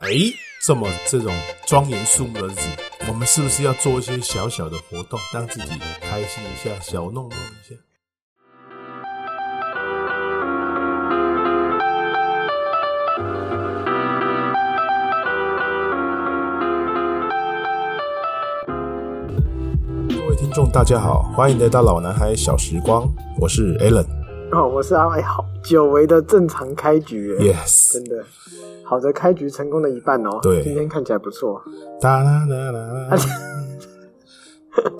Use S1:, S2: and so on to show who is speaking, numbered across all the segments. S1: 诶，哎这么这种庄严肃穆的日子，我们是不是要做一些小小的活动，让自己开心一下，小弄弄一下？各位听众，大家好，欢迎来到老男孩小时光，我是 Alan。
S2: 哦，我是阿伟，好久违的正常开局耶
S1: Yes，
S2: 真的，好的开局成功了一半哦。
S1: 对
S2: 今天看起来不错。
S1: 哒啦啦啦啦，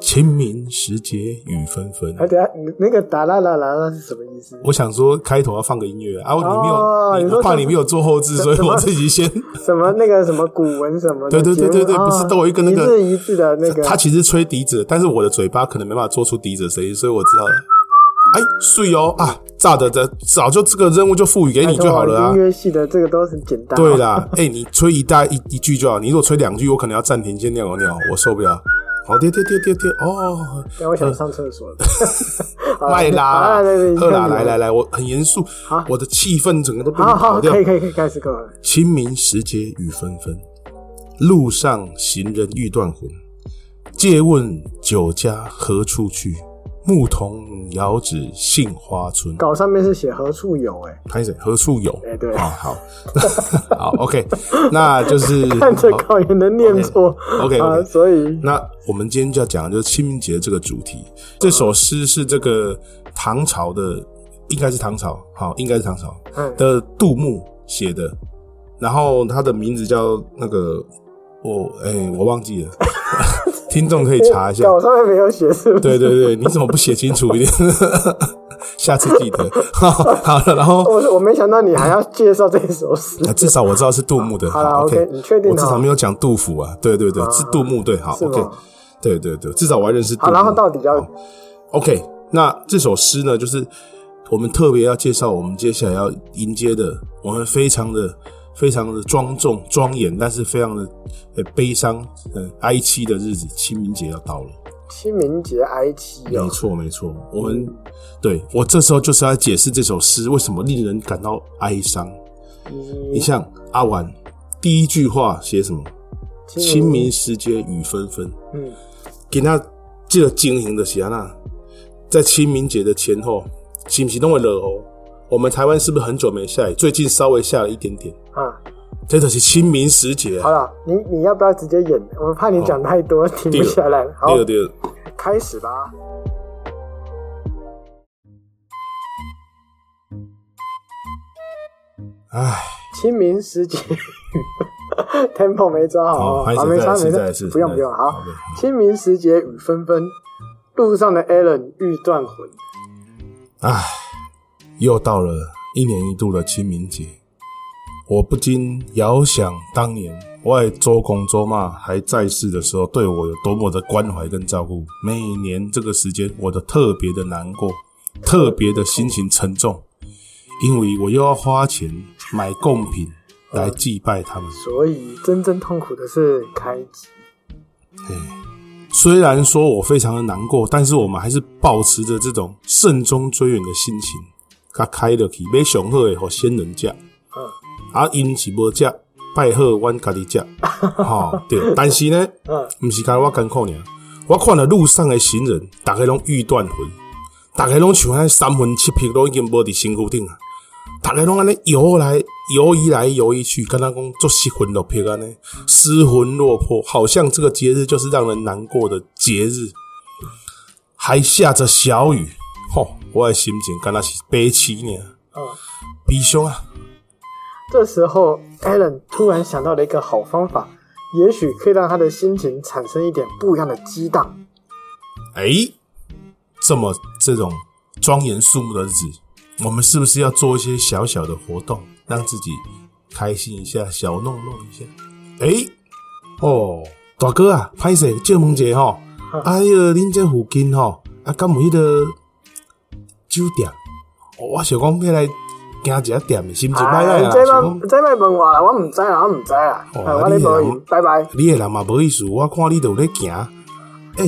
S1: 清明时节雨纷纷。
S2: 哎，等一下你那个达啦啦啦啦是什么意思？
S1: 我想说开头要放个音乐啊，我你没有，
S2: 哦
S1: 你
S2: 你说
S1: 我怕
S2: 什么
S1: 你没有做后置，所以
S2: 什么
S1: 我自己先。
S2: 什么那个什么古文什么
S1: 对
S2: 的
S1: 对对
S2: 节
S1: 对
S2: 目
S1: 对
S2: 哦
S1: 不是都有一个那个
S2: 一字一字的 那个，
S1: 他其实吹笛子，但是我的嘴巴可能没办法做出笛子的声音，所以我知道。哎，睡哦啊，炸的的，早就这个任务就赋予给你就好了啊
S2: 音。乐系的这个都很简单。哦
S1: 对，啦，哎，你吹一大一一句就好，你如果吹两句，我可能要暂停先尿个尿，哦我受不了。好，丢丢丢丢丢，哦，
S2: 但我想上厕所了。好
S1: 卖啦
S2: 啊对对，，
S1: 喝啦，
S2: 你看
S1: 来来来，我很严肃
S2: 好，
S1: 我的气氛整个都被
S2: 你
S1: 你
S2: 好
S1: 搞
S2: 好，
S1: 掉
S2: 可。以可以可以开始过了。
S1: 清明时节雨纷纷，路上行人欲断魂。借问酒家何处去？牧童遥指杏花村。
S2: 稿上面是写何处有，哎，
S1: 拍谁？何处有？
S2: 哎对
S1: 啊，好， 好，OK，那 就是
S2: 看这
S1: 嗯好
S2: 稿也能念错
S1: OK，OK，OK
S2: 啊，所以
S1: 那我们今天就要讲的就是清明节这个主题。这首诗是这个唐朝的，应该是唐朝，好，应该是唐朝
S2: 嗯
S1: 的杜牧写的。然后他的名字叫那个我，哎、我忘记了， 听众可以查一下。
S2: 稿上面没有写是不是？
S1: 对对对，你怎么不写清楚一点？ 下次记得。 好好了，然后
S2: 我我没想到你还要介绍这首诗，
S1: 啊，至少我知道是杜牧的。
S2: 好啦 OK，你确定
S1: 我至少
S2: 哦
S1: 没有讲杜甫啊。对对对，是杜牧。对，好
S2: 是
S1: ，OK
S2: 吗。
S1: 对对对，哦至少我还认识杜
S2: 好，
S1: 牧。
S2: 然后到底要
S1: OK，那这首诗呢，就是我们特别要介绍，我们接下来要迎接的，我们非常的、非常的庄重、庄严，但是非常的呃悲伤、呃哀戚的日子，清明节要到了。
S2: 清明节哀戚
S1: 没
S2: 哦，
S1: 错，没错，我们、对我这时候就是要解释这首诗为什么令人感到哀伤。你
S2: 嗯
S1: 像阿婉第一句话写什么？清明时节雨纷纷。
S2: 嗯，
S1: 给他这个经营的是安那，在清明节的前后，是不是都会落雨？我们台湾是不是很久没下雨？最近稍微下了一点点，
S2: 啊，
S1: 这就是清明时节
S2: 好
S1: 啊。
S2: 了，你你要不要直接演？我怕
S1: 哦
S2: 你讲太多停不下来。好，
S1: 对对，
S2: 开始吧。
S1: 唉，
S2: 清明时节 ，tempo 没抓好
S1: 好，还
S2: 哦，
S1: 是
S2: 好没
S1: 再来
S2: 差
S1: 一次
S2: 没
S1: 再来一次
S2: 差，不用
S1: 再来一次
S2: 不用。好
S1: 好的，
S2: 清明时节雨纷纷，路上的 Allen 欲断魂。
S1: 唉，又到了一年一度的清明节，我不禁遥想当年外周公周妈还在世的时候，对我有多么的关怀跟照顾。每年这个时间，我都特别的难过，特别的心情沉重，因为我又要花钱买贡品来祭拜他们。
S2: 所以真正痛苦的是开机，
S1: 虽然说我非常的难过，但是我们还是保持着这种慎终追远的心情，甲开落去买上好的给先人食，
S2: 嗯
S1: 啊，因是无食，拜好阮家己食， 吼、对。但是呢，
S2: 嗯，
S1: 毋是讲我艰苦尔，我看了路上的行人，大家拢欲断魂，大家拢像安三魂七魄都已经无伫身躯顶啊，大家拢安尼游来游移来游移去，敢若讲做失魂落魄安尼，失魂落魄，好像这个节日就是让人难过的节日，还下着小雨，吼，我的心情敢若是悲凄呢，
S2: 嗯
S1: 悲伤啊！
S2: 这时候，Alan 突然想到了一个好方法，也许可以让他的心情产生一点不一样的激荡。
S1: 哎，这么这种庄严肃穆的日子，我们是不是要做一些小小的活动，让自己开心一下，小弄弄一下？哎，哦，大哥啊，拍摄借问者吼，啊，迄、个恁这附近吼，啊，敢有迄个酒店？哦我想讲，迄来行一下店的，心情歹歹
S2: 哎
S1: 啊，
S2: 这
S1: 想
S2: 卖
S1: 讲
S2: 这卖问我啦，我唔知啦，我唔知啦，
S1: 哦
S2: 哎
S1: 啊
S2: 我咧
S1: 你
S2: 无
S1: 也
S2: 闲，拜拜。
S1: 你的人嘛无意思，我看你都有咧行。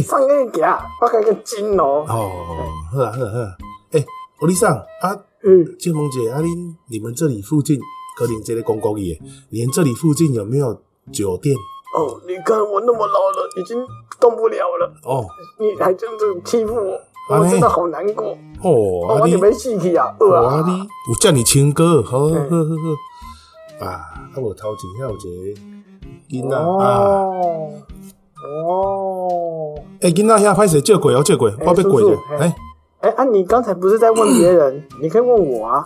S2: 上个行，我看个金龙，
S1: 哦，好啊好啊好啊！哎、欸，欧丽桑啊，
S2: 嗯，
S1: 建萌姐，啊，恁你们这里附近可能这个公共也连这里附近有没有酒店
S2: 哦，你看我那么老了，已经动不了了，
S1: 哦
S2: 你还这样子欺负我，
S1: 啊
S2: 我真的
S1: 你
S2: 好难过。
S1: 哦，
S2: 哦，
S1: 啊
S2: 你
S1: 你
S2: 没戏去啊？呃
S1: 哦
S2: 啊
S1: 啊你，有叫你亲哥，好好
S2: 嗯
S1: 好好啊，啊我头前遐有一个囡仔啊，
S2: 哦哦，
S1: 诶囡仔遐歹势借过哦借过，我被过
S2: 叔
S1: 者
S2: 叔，嘿
S1: 哎，
S2: 哎啊，你刚才不是在问别人， 你可以问我啊。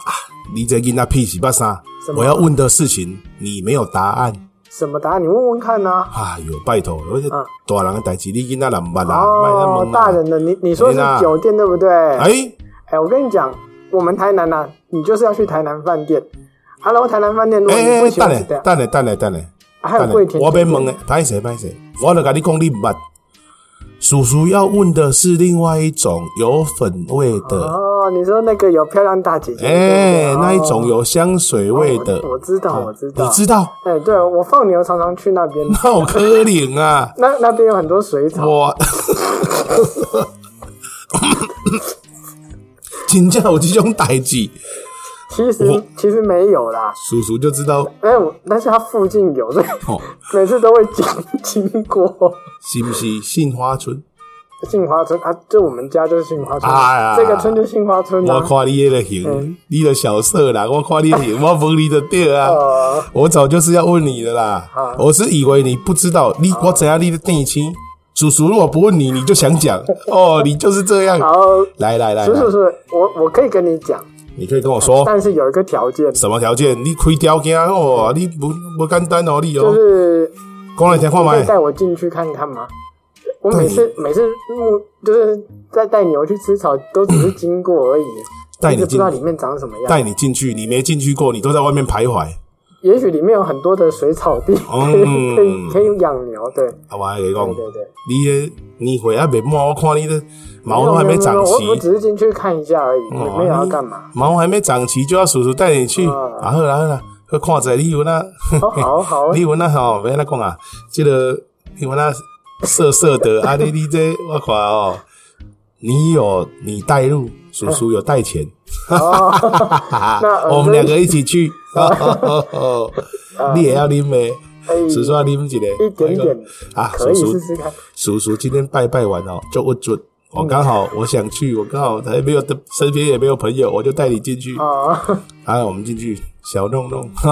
S1: 你这囡仔屁是巴啥
S2: 什？么
S1: 我要问的事情你没有答案，
S2: 什么答案？你问问看呐、
S1: 哎呦拜托，而且
S2: 啊
S1: 大人的代志你囡仔人毋捌啦，莫咱
S2: 哦
S1: 问，啦
S2: 大人的，你你说是
S1: 没啦
S2: 酒店对不对？哎、
S1: 啊哎。
S2: 我跟你讲，我们台南呐、啊，你就是要去台南饭店。Hello，台南饭店，如果你
S1: 哎
S2: 不
S1: 哎，
S2: 喜
S1: 等
S2: 欢吃
S1: 嘞
S2: 的，，
S1: 等嘞，等嘞，等嘞，
S2: 啊还有
S1: 等
S2: 桂
S1: 嘞
S2: 田，
S1: 我
S2: 酒
S1: 要
S2: 店
S1: 问嘞，歹势歹势，我就甲你讲，你毋捌。叔叔要问的是另外一种有粉味的，
S2: 哦，你说那个有漂亮大姐姐，
S1: 哎，
S2: 对不对
S1: 那一种有香水味的啊
S2: 哦，我我知道，我知道，
S1: 你知道？
S2: 哎、对我放牛常常去那 边，
S1: 那我可怜啊，
S2: 那那边有很多水草。
S1: 我， 真正有这种代志，
S2: 其
S1: 我
S2: 实其实没有啦，
S1: 叔叔就知道
S2: 哎我但是它附近有，所以
S1: 哦，
S2: 每次都会经经过
S1: 是不是杏花村？
S2: 杏花村啊，就我们家就是杏花村，
S1: 哎呀
S2: 这个村就杏花村
S1: 我
S2: 啊。
S1: 看你的型
S2: 嗯，
S1: 你的小色啦，我看你的型，我问你的对啊。
S2: 呃，
S1: 我早就是要问你的啦，
S2: 啊
S1: 我是以为你不知道，你我怎样你的定亲，叔叔如果不问你，你就想 讲哦，你就是这样。
S2: 然后
S1: 来来来
S2: 是是
S1: 来，
S2: 是，我我可以跟你讲，
S1: 你可以跟我说
S2: 但是有一个条件，
S1: 什么条件？你开条件哦，你不不简单哦，你
S2: 就
S1: 哦，
S2: 是
S1: 讲来听看
S2: 你可以
S1: 麦。
S2: 带我进去看看吗？我每次每次目就是在带牛去吃草，都只是经过而已，
S1: 嗯带
S2: 一直
S1: 你
S2: 不知
S1: 进
S2: 道，里面长什么样。
S1: 带你进去，你没进去过，你都在外面徘徊。
S2: 也许里面有很多的水草地，
S1: 嗯
S2: 可以可以可以养牛。对
S1: 啊，我还跟你讲
S2: 对，对对。
S1: 你的你回还没满，我看你的毛都还没长
S2: 有有有我我
S1: 齐，
S2: 只是进去看一下而已，
S1: 哦
S2: 没有要干嘛。
S1: 毛还没长齐就要叔叔带你去。
S2: 啊
S1: 啊好啦好啦，去看者你有那。
S2: 好哦好好，
S1: 你闻啊吼，要安怎讲啊？即、个你闻啊涩涩 的，啊你你这我看哦，你有你带路，叔叔有带钱，
S2: 哦，
S1: 哈哈
S2: 那
S1: 哈，我们两个一起去，哦 你也要啉咩？
S2: 哎
S1: 叔叔要啉一个，
S2: 一点点
S1: 啊，
S2: 可
S1: 叔
S2: 以
S1: 叔
S2: 嗯试试看。
S1: 叔叔今天拜拜完哦，就我准。我刚好我想去，我刚好还没有身边也没有朋友，我就带你进去。
S2: 哦
S1: 啊，我们进去小弄弄，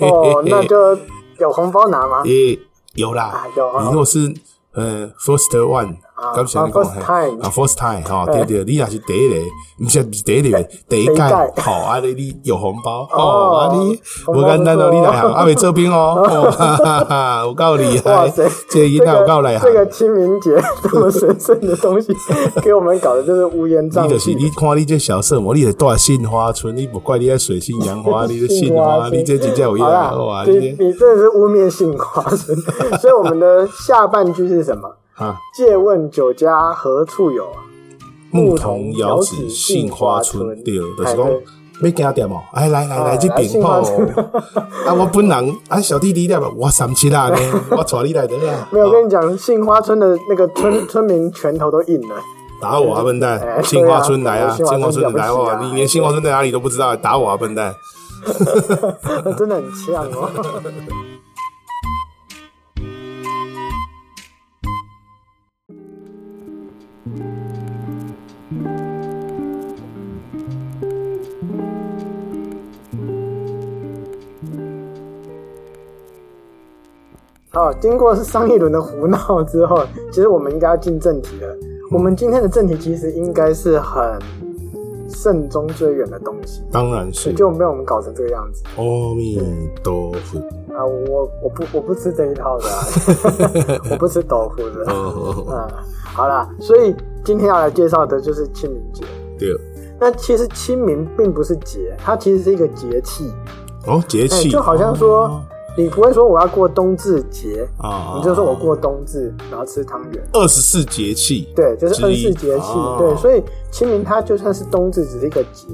S2: 哦，那就有红包拿吗？
S1: 也有啦
S2: 啊，有啊
S1: 你如果是呃 first one，
S2: 啊
S1: 刚才你讲
S2: 啊，first
S1: 嘿
S2: time
S1: 啊 first time 哈，对对，你若是第一个，毋是毋是第一个，第一
S2: 第一
S1: 届
S2: 届
S1: 吼，啊你你有红包哦，
S2: 哦
S1: 啊你
S2: 红
S1: 无
S2: 包
S1: 简单哦，
S2: 不错
S1: 你来行，啊未做兵 哦，哦哈哈哈， 有够厉害
S2: 哇塞，
S1: 这个
S2: 这
S1: 囡仔有够厉
S2: 个
S1: 害
S2: 这。个清明节这么神圣的 东西，给我们搞的就是乌烟瘴
S1: 你就是
S2: 气。
S1: 你看你这小色魔，你得带杏花村，你不怪你在水性杨 花，啊你的杏花，你这真正有影
S2: 好啦
S1: 响哇！，
S2: 你
S1: 啊你这
S2: 你真的是污蔑杏花村， 所以我们的下半句是什么？
S1: 啊，
S2: 借问酒家何处有啊？
S1: 牧童遥指杏花村，对，就是讲要行店哦，哎，来来来，
S2: 哎
S1: 这
S2: 来
S1: 边
S2: 杏花
S1: 吼
S2: 村。
S1: 啊，我本人啊，小弟弟了吧，我三七 啦呢，我带你来得啦。哦
S2: 没有，我跟你讲，杏花村的那个村村民拳头都硬了。
S1: 打我啊，笨蛋！
S2: 哎
S1: 杏花村来啊，
S2: 对啊
S1: 杏花村来
S2: 杏花村了不起
S1: 哇！
S2: 啊
S1: 你连杏花村在哪里都不知道，打我啊，笨蛋！
S2: 那 真的很呛哦。好，经过上一轮的胡闹之后，其实我们应该要进正题了。我们今天的正题其实应该是很慎终追远的东西，
S1: 当然是
S2: 就没有我们搞成这个样子。
S1: 阿弥陀佛。
S2: 啊，我我不我不吃这一套的、啊， 我不吃豆腐的。
S1: 哦，
S2: 嗯，好啦，所以今天要来介绍的就是清明节。
S1: 对，
S2: 那其实清明并不是节，它其实是一个节气。
S1: 哦，节
S2: 哎、
S1: 气哦
S2: 就好像说，你不会说我要过冬至节，
S1: 啊，
S2: 你就说我过冬至，然后吃汤圆。
S1: 二十四节气，
S2: 对，就是
S1: 之
S2: 二
S1: 一
S2: 十四节气。
S1: 哦
S2: 对，所以清明它就算是冬至，只是一个节、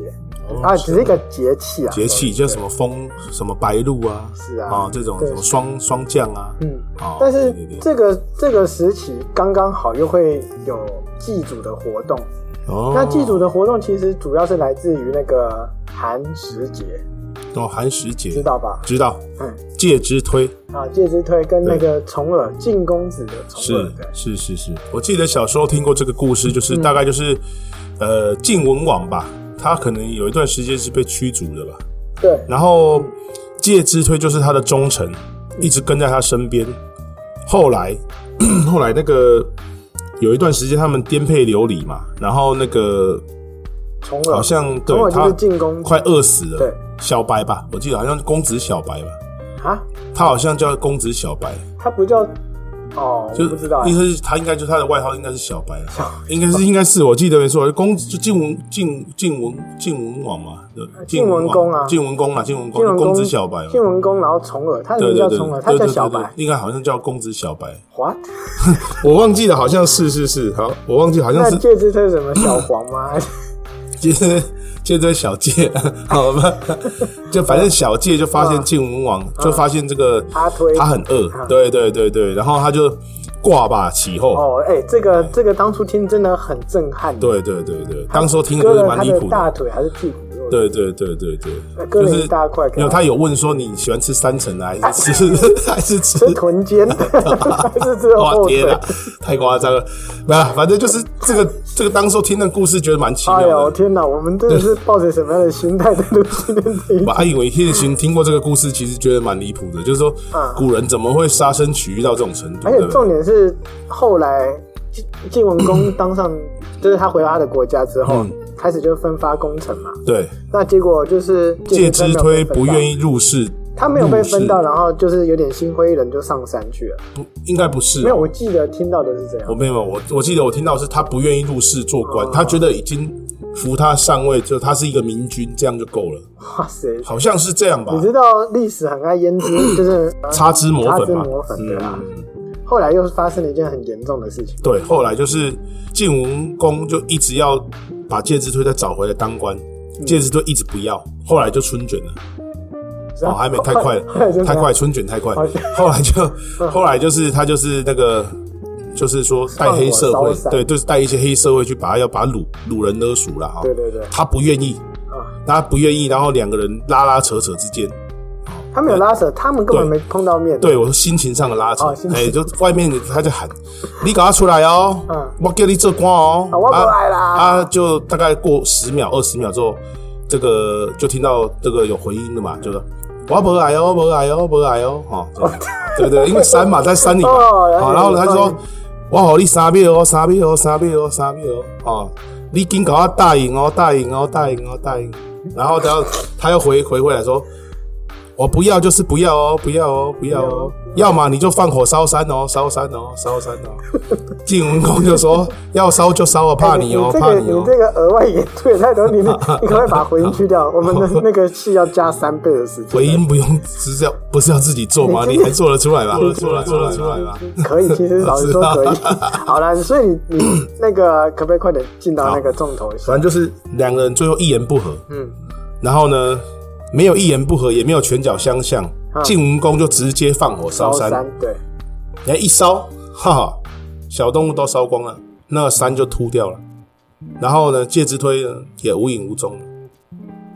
S2: 啊，只是一个节气啊。
S1: 哦节气叫
S2: 对
S1: 什么风什么白露啊，
S2: 是啊
S1: 啊这种
S2: 对
S1: 什么双双降啊，
S2: 嗯。
S1: 哦
S2: 但是
S1: 对对对
S2: 这个这个时期刚刚好又会有祭祖的活动，
S1: 哦
S2: 那祭祖的活动其实主要是来自于那个寒食节，
S1: 哦，寒食节
S2: 知道吧？
S1: 知道，
S2: 嗯，
S1: 介之推
S2: 啊，介之推跟那个重耳晋公子的重耳
S1: 是，
S2: 对，
S1: 是是是，我记得小时候听过这个故事，就是大概就是，呃，晋文王吧，他可能有一段时间是被驱逐的吧，
S2: 对，
S1: 然后介之推就是他的忠臣，一直跟在他身边。后来， 后来那个有一段时间他们颠沛流离嘛，然后那个
S2: 重
S1: 好
S2: 耳，
S1: 像对
S2: 重耳就
S1: 他
S2: 是晋公子
S1: 快饿死了，
S2: 对，
S1: 小白吧，我记得好像是公子小白吧，
S2: 啊，
S1: 他好像叫公子小白，
S2: 他不叫哦，
S1: 就
S2: 我不知道欸，
S1: 应该是他应该就是他的外号应该是小白，啊应该是应该是我记得没错，公子就晋文晋晋文晋文王嘛，对
S2: 晋文
S1: 王
S2: 公啊
S1: 晋文公啊，晋文
S2: 晋
S1: 公
S2: 文
S1: 公
S2: 公
S1: 子小白嘛，
S2: 晋文公，然后重耳，他的
S1: 对
S2: 名
S1: 对
S2: 叫
S1: 对，
S2: 重耳，啊他
S1: 对
S2: 叫
S1: 对
S2: 小
S1: 对
S2: 白
S1: 应该好像叫公子小白，
S2: ，what？
S1: 我忘记了，好像是是是，好，我忘记好像
S2: 那
S1: 是
S2: 介之推是什么小黄吗？
S1: 接着接着小介， 好吧，就反正小介就发现晋文王，就发现这个
S2: 阿啊推啊
S1: 他很饿，对对对对，然后他就挂吧起后，
S2: 哦，哎，这个这个当初听真的很震撼，，
S1: 对对对对，当时候听
S2: 割
S1: 就是
S2: 了
S1: 蛮
S2: 他
S1: 离
S2: 的
S1: 谱
S2: 大
S1: 的，
S2: 腿还是屁股肉，
S1: 对对对对对，
S2: 割
S1: 就
S2: 了
S1: 是
S2: 一大块给他
S1: 没有他有问说你喜欢吃三层的还是吃 还是吃
S2: 是臀尖， 还是只有
S1: 哇
S2: 后
S1: 天
S2: 腿
S1: 啊？，太夸张了！没有，啊反正就是这个这个，当时候听那故事觉得蛮奇
S2: 哎
S1: 妙
S2: 呦
S1: 的。
S2: 天哪，我们真的是抱着什么样的心态在录今天这一
S1: 我还以为叶群听过这个故事，其实觉得蛮离谱的，就是说古人怎么会杀生取义到这种程度？
S2: 嗯而
S1: 对
S2: 且
S1: 不
S2: 重
S1: 对？
S2: 点是，后来晋晋文公 当上，就是他回到他的国家之
S1: 嗯
S2: 后，开始就分发功臣嘛。
S1: 对，
S2: 那结果就是
S1: 介之推不愿
S2: 意，
S1: 意入世，
S2: 他没有被分到，
S1: 入世，
S2: 然后就是有点心灰意冷，就上山去了。
S1: 不应该不是啊
S2: 没。有，我记得听到的是这
S1: 我
S2: 样。
S1: 没有，我我记得我听到是他不愿意入世做官，他觉得已经扶他上位，就他是一个明君，这样就够了，
S2: 哇塞！
S1: 好像是这样吧
S2: 你？知道历史很爱胭脂，就是
S1: 擦脂抹
S2: 擦脂
S1: 粉嗯嘛，
S2: 抹粉对啊。后来又发生了一件很严重的事情，
S1: 对，后来就是晋文公就一直要把介之推再找回来当官，
S2: 嗯
S1: 介之推一直不要，后来就春卷了。
S2: 是啊
S1: 哦，
S2: 吧
S1: 还 没太快
S2: 后来就
S1: 了，
S2: 怎样
S1: 太快，春卷太快
S2: 好像。嗯
S1: 后来 就后来就是他就是那个，就是说带黑社
S2: 放火
S1: 会
S2: 烧，山
S1: 对，就是带一些黑社会去把他要把掳掳人勒赎了哈。
S2: 对对对
S1: 他不愿意，
S2: 啊，
S1: 他不愿意，然后两个人拉拉扯扯之间，
S2: 他没有拉扯，他们根本
S1: 对
S2: 没碰到面。
S1: 对我说心情上的拉扯
S2: 哦，心情
S1: 哎，就外面他就喊你赶快出来哦
S2: 嗯，
S1: 我叫你做官哦，
S2: 啊我不来啦
S1: 啊，就大概过十秒、二十秒之后，这个就听到这个有回音的嘛，就是我不来哦，不来哦，不来哦，哈、哦，对对，因为山嘛，在山里嘛，
S2: 哦了解
S1: 好，然后他就
S2: 了
S1: 说
S2: 解，
S1: 我给你三秒哦，三秒哦，三秒哦，三秒哦，哦，你紧给我答应哦，答应哦，答应哦，答应，然后然后他又回回回来说。我哦不要，就是不要哦，不要哦，不要哦，要么你就放火烧山哦，烧山哦，烧山 哦。晋文公就说要烧就烧哦，怕你哦，
S2: 这
S1: 怕
S2: 个
S1: 你哦
S2: 哎你。这个额 外演出也太多，你你你可不可以把回音去掉？我们的那个戏要加三倍的时间，
S1: 回音不用，是要不是要自己做吗？
S2: 你
S1: 你还做得出来吗？做得出来，做得出来吗？
S2: 可以，其实
S1: 啊
S2: 老实说可以。好了，所以你你那个可不可以快点进到那个重头戏
S1: 反？正就是两个人最后一言不合，
S2: 嗯，
S1: 然后呢，没有一言不合，也没有拳脚相向，晋文公就直接放火烧
S2: 高
S1: 山，
S2: 三对，
S1: 然后一烧，哈哈，小动物都烧光了，那个山就秃掉了。然后呢，介之推呢也无影无踪了。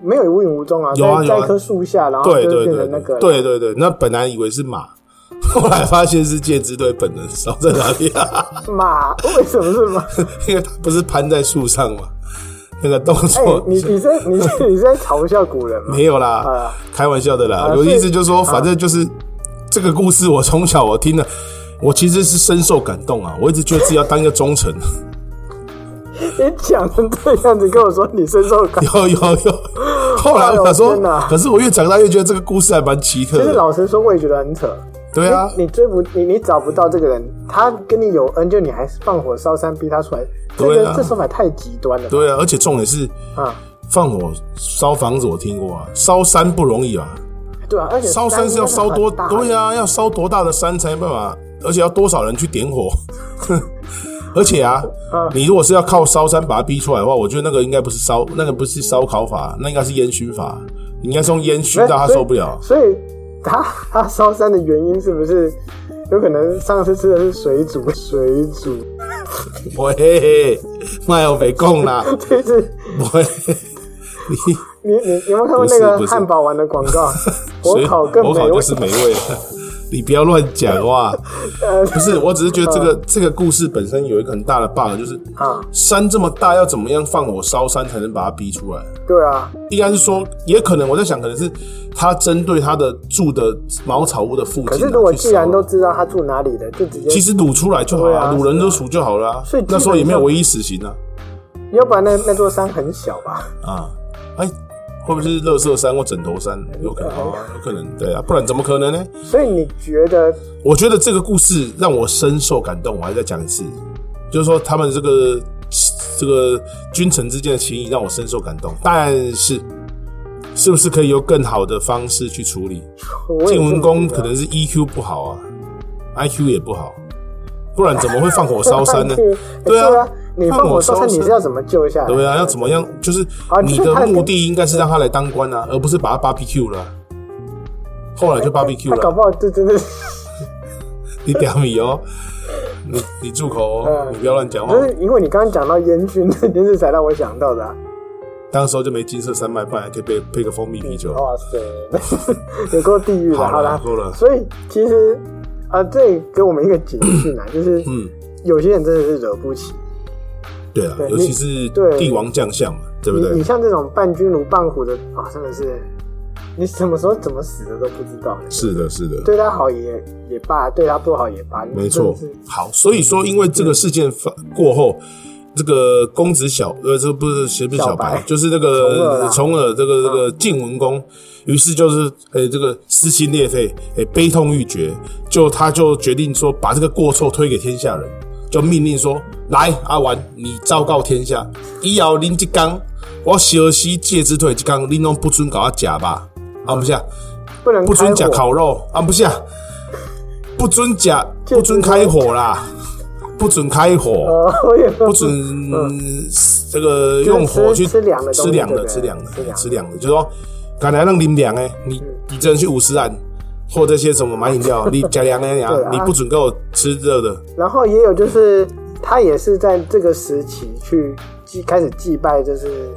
S2: 没有无影无踪啊，
S1: 有啊
S2: 在
S1: 有啊
S2: 在一棵树下，然后
S1: 对
S2: 哦就
S1: 对对
S2: 变成那个，
S1: 对对对，那本来以为是马， 后来发现是介之推本人烧在哪里啊？
S2: 马，为什么是马？
S1: 因为他不是攀在树上嘛，那个动
S2: 哎
S1: 作，
S2: 你你在 你在你在嘲笑古人吗？
S1: 没有啦，
S2: 啊
S1: 开玩笑的啦。
S2: 啊
S1: 我的
S2: 所以
S1: 意思就是说，反正就是、这个故事，我从小我听了，我其实是深受感动啊。我一直觉得自己要当一个忠啊臣，
S2: 你讲成这样子跟我说你深受感。
S1: 有有有。后来
S2: 哎呦
S1: 我想说
S2: 天哪，
S1: 可是我越长大越觉得这个故事还蛮奇特
S2: 其实
S1: 的。
S2: 老实说，我也觉得很扯。
S1: 对啊，
S2: 你追不你你找不到这个人，他跟你有恩，就你还是放火烧山逼他出来，这
S1: 对
S2: 个、
S1: 啊
S2: 这手法太极端了吧。
S1: 对啊，而且重点是
S2: 啊，
S1: 放火烧房子，我听过啊，烧山不容易啊，
S2: 对啊，而且
S1: 烧山是要烧多，对
S2: 呀、
S1: 啊，要烧多大的山才有办法，而且要多少人去点火。 而且啊，
S2: 嗯
S1: 你如果是要靠烧山把它逼出来的话，我觉得那个应该不是烧，那个不是烧烤法，那应该是烟熏法，应该是用烟熏啊到他受不了。
S2: 哎所以他他烧山的原因是不是有可能上次吃的是水煮水煮，
S1: 喂，嘿嘿，卖有北贡啦，
S2: 这次
S1: 喂，你
S2: 你你你有没有看过
S1: 不
S2: 那
S1: 是不是
S2: 个汉堡王的广 告？
S1: 所
S2: 火
S1: 以
S2: 烤更
S1: 火
S2: 美
S1: 烤
S2: 味
S1: 就。是美 味了。你不要乱讲话，
S2: 呃
S1: 不是，我只是觉得这个
S2: 嗯
S1: 这个故事本身有一个很大的 bug，就是
S2: 啊，
S1: 山这么大，要怎么样放火烧山才能把它逼出来？
S2: 对啊，
S1: 应该是说，也可能我在想，可能是他针对他的住的茅草屋的附近啊、
S2: 可是如果
S1: 去烧
S2: 既然都知道他住哪里了，就直接
S1: 其实卤出来就好了、
S2: 对啊
S1: 卤人都数就好了、啊
S2: 所以。基本
S1: 那
S2: 上
S1: 时候也没有唯一死刑啊
S2: 要不然那那座山很小吧？
S1: 啊！哎，会不会是乐色山或枕头山？有可能，
S2: 嗯
S1: 哦有可能，对啊，不然怎么可能呢？
S2: 所以你觉得
S1: 我觉得这个故事让我深受感动，我还再讲一次，就是说他们这个这个君臣之间的情谊让我深受感动，但是是不是可以用更好的方式去处理？
S2: 我也是
S1: 晋文公
S2: 觉得
S1: 可能是 EQ 不好啊，IQ 也不好，不然怎么会 放火烧山呢
S2: 哎？
S1: 对啊
S2: 你
S1: 放
S2: 放
S1: 火
S2: 火
S1: 烧
S2: 烧
S1: 山
S2: 山你是要怎么救下来？
S1: 对啊，要怎么样？就是
S2: 啊
S1: 你
S2: 就是
S1: 的
S2: 他的
S1: 目的应该是让他来当官啊，而不是把他 BBQ 了啊。后来就 BBQ
S2: 他搞
S1: 了，啊
S2: 不好就真的是，
S1: 你屌你 哦，你你住口哦，
S2: 嗯
S1: 你不要乱讲话
S2: 就。是因为你刚刚讲到烟熏这件事，才让我想到的、啊。
S1: 当时候就没金色山脉，不然还可以配配个蜂蜜啤酒。
S2: 哇塞， 有够地狱的。
S1: 好
S2: 好
S1: 了
S2: 啦
S1: 够了
S2: 所以其实啊，这也给我们一个警 讯啊，就是
S1: 嗯，
S2: 有些人真的是惹不起。
S1: 对啊，
S2: 对
S1: 尤其是
S2: 对
S1: 帝王将相嘛，对不
S2: 你
S1: 对
S2: 你？像这种伴君如伴虎的啊，真的是你什么时候怎么死的都不知道。
S1: 是的，是的。
S2: 对他好也也罢，对他不好也罢，
S1: 没错
S2: 你真的是。嗯
S1: 好，所以说，因为这个事件发过后，这个公子小呃，这不是谁不是小白，
S2: 小白啊
S1: 就是那
S2: 重耳
S1: 个
S2: 啦
S1: 重耳这个这
S2: 嗯
S1: 个晋文公，于是就是呃、这个撕心裂肺，哎、悲痛欲绝，就他就决定说把这个过错推给天下人，就命令说来阿丸，你昭告天下，以后恁这缸，我小西戒指腿这缸，恁拢不准搞我假吧，啊不是啊。
S2: 不能
S1: 不准
S2: 开
S1: 吃
S2: 火
S1: 烤肉啊，不是啊，不准吃，不准开火啦，不准开火，
S2: 哦， 我也
S1: 不准呃这个用火去
S2: 吃凉的东西
S1: 吃凉的，
S2: 对不对
S1: 吃凉的
S2: 吃凉，的嗯
S1: 吃凉的，就是说，敢来让你们凉哎，你你只能去五十兰或这些什么买饮料，你加凉哎呀
S2: 对，啊
S1: 你不准给我吃热的，
S2: 然后也有就是他也是在这个时期去祭开始祭拜，就是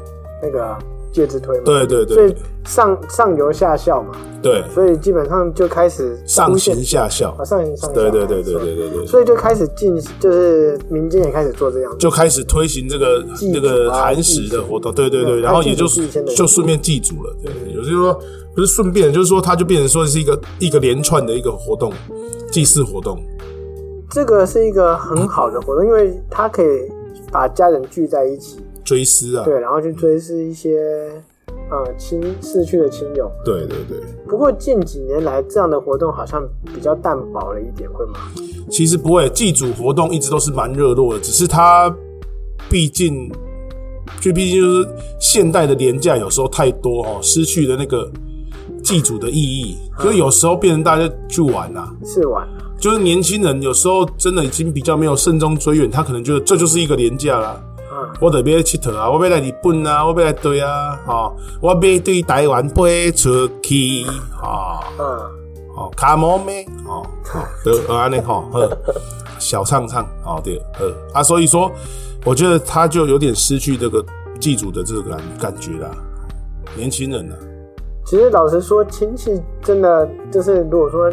S2: 那个啊介之推嘛。
S1: 对对对
S2: 所以上上游下效嘛，
S1: 对，
S2: 所以基本上就开始
S1: 上
S2: 出现
S1: 行下效
S2: 啊，，上行上效。
S1: 对对对对
S2: 没错
S1: 对对对。
S2: 所以就开始进，就是民间也开始做这样子。
S1: 就开始推行这个
S2: 祭祖
S1: 这
S2: 啊
S1: 个寒食的活动，对对对，
S2: 嗯
S1: 然后也就
S2: 祭祖祭先的
S1: 就顺便祭祖了，对，也就是说不是顺便，就是说它就变成说是一个一个连串的一个活动，祭祀活动，
S2: 这个是一个很好的活动，因为它可以把家人聚在一起，
S1: 追思啊，
S2: 对，然后去追思一些呃亲逝去的亲友。
S1: 对对对，
S2: 不过近几年来，这样的活动好像比较淡薄了一点，会吗？
S1: 其实不会，祭祖活动一直都是蛮热络的，只是它毕竟就毕竟就是现代的廉价有时候太多哦，失去了那个祭祖的意义，就是有时候变成大家去玩啊啦、
S2: 是玩
S1: 就是年轻人有时候真的已经比较没有慎终追远，他可能觉得这就是一个廉价啦。
S2: 啊，
S1: 我得别去佚佗啊，我要来日本啊，我要来对啊，哦，我要对台湾飞出去，哦
S2: 嗯，
S1: 哦，卡摩妹，哦，哦对，呃安尼吼，呵，小唱唱，哦对，呃啊，所以说，我觉得他就有点失去这个祭祖的这个感感觉啦，年轻人啊，
S2: 其实老实说，亲戚真的就是，如果说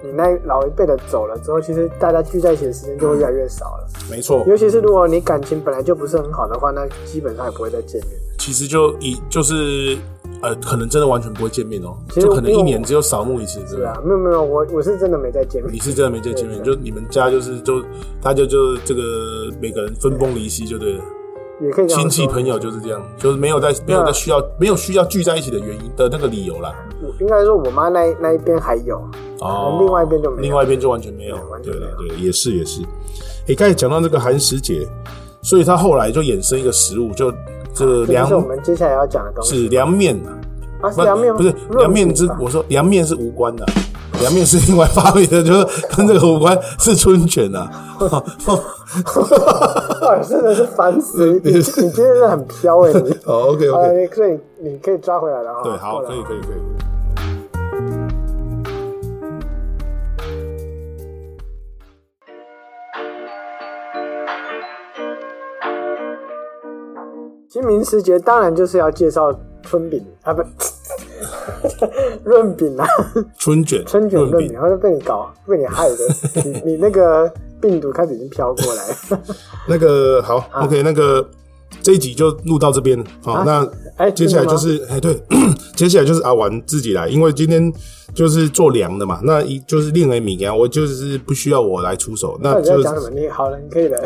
S2: 你那老一辈的走了之后，其实大家聚在一起的时间就会越来越少了。
S1: 没错，
S2: 尤其是如果你感情本来就不是很好的话，那基本上也不会再见面。
S1: 其实就以就是呃，可能真的完全不会见面哦，
S2: 实
S1: 就可能
S2: 因为
S1: 一
S2: 我
S1: 年只有扫墓一次，真
S2: 对
S1: 的。
S2: 啊，没有没有，我我是真的没再见面
S1: 你。是真的没见见面，就你们家就是就大家就这个每个人分崩离析就对了，
S2: 也可以这样啊
S1: 亲戚
S2: 说，
S1: 朋友就是这样，就是没有在没有在需要没有需要聚在一起的原因的那个理由啦。
S2: 我应该说我妈那那一边还有，
S1: 哦，
S2: 另外一边就没有
S1: 另外一边就完全没有
S2: 对。完
S1: 对
S2: 全没有
S1: 了，对，也是也是。诶，刚才讲到这个寒食节，所以他后来就衍生一个食物，就这个
S2: 啊这就
S1: 凉
S2: 是我们接下来要讲的东西。
S1: 是凉面啊，
S2: 啊，是
S1: 不
S2: 凉面
S1: 不是
S2: 润
S1: 凉面
S2: 饼
S1: 之，
S2: 吧
S1: 我说凉面是无关的、凉面是另外发明的，就是跟这个无关，是春卷 啊。
S2: 哇，真的是烦 死你！你你今天是很飘哎、你。
S1: 哦，OK
S2: 啊，你所以你可以抓回来了哈。
S1: 对，好，可以，可
S2: 以。
S1: 以，可以。
S2: 清明时节当然就是要介绍 春饼啊，不，润饼啊，
S1: 春卷、
S2: 春卷
S1: 润
S2: 润饼，
S1: 饼
S2: 然后就被你搞，被你害 的，你你那个病毒开始已经飘过来了。
S1: 那个好、o k 那个这一集就录到这边。好、那
S2: 哎
S1: 接下来
S2: 真
S1: 就
S2: 的吗
S1: 是啊哎对，接下来就是阿玩自己来，因为今天就是做凉的嘛，那一就是另类米啊，我就是不需要我来出手，那
S2: 到底在
S1: 就
S2: 讲什么？你好了，你可 以了。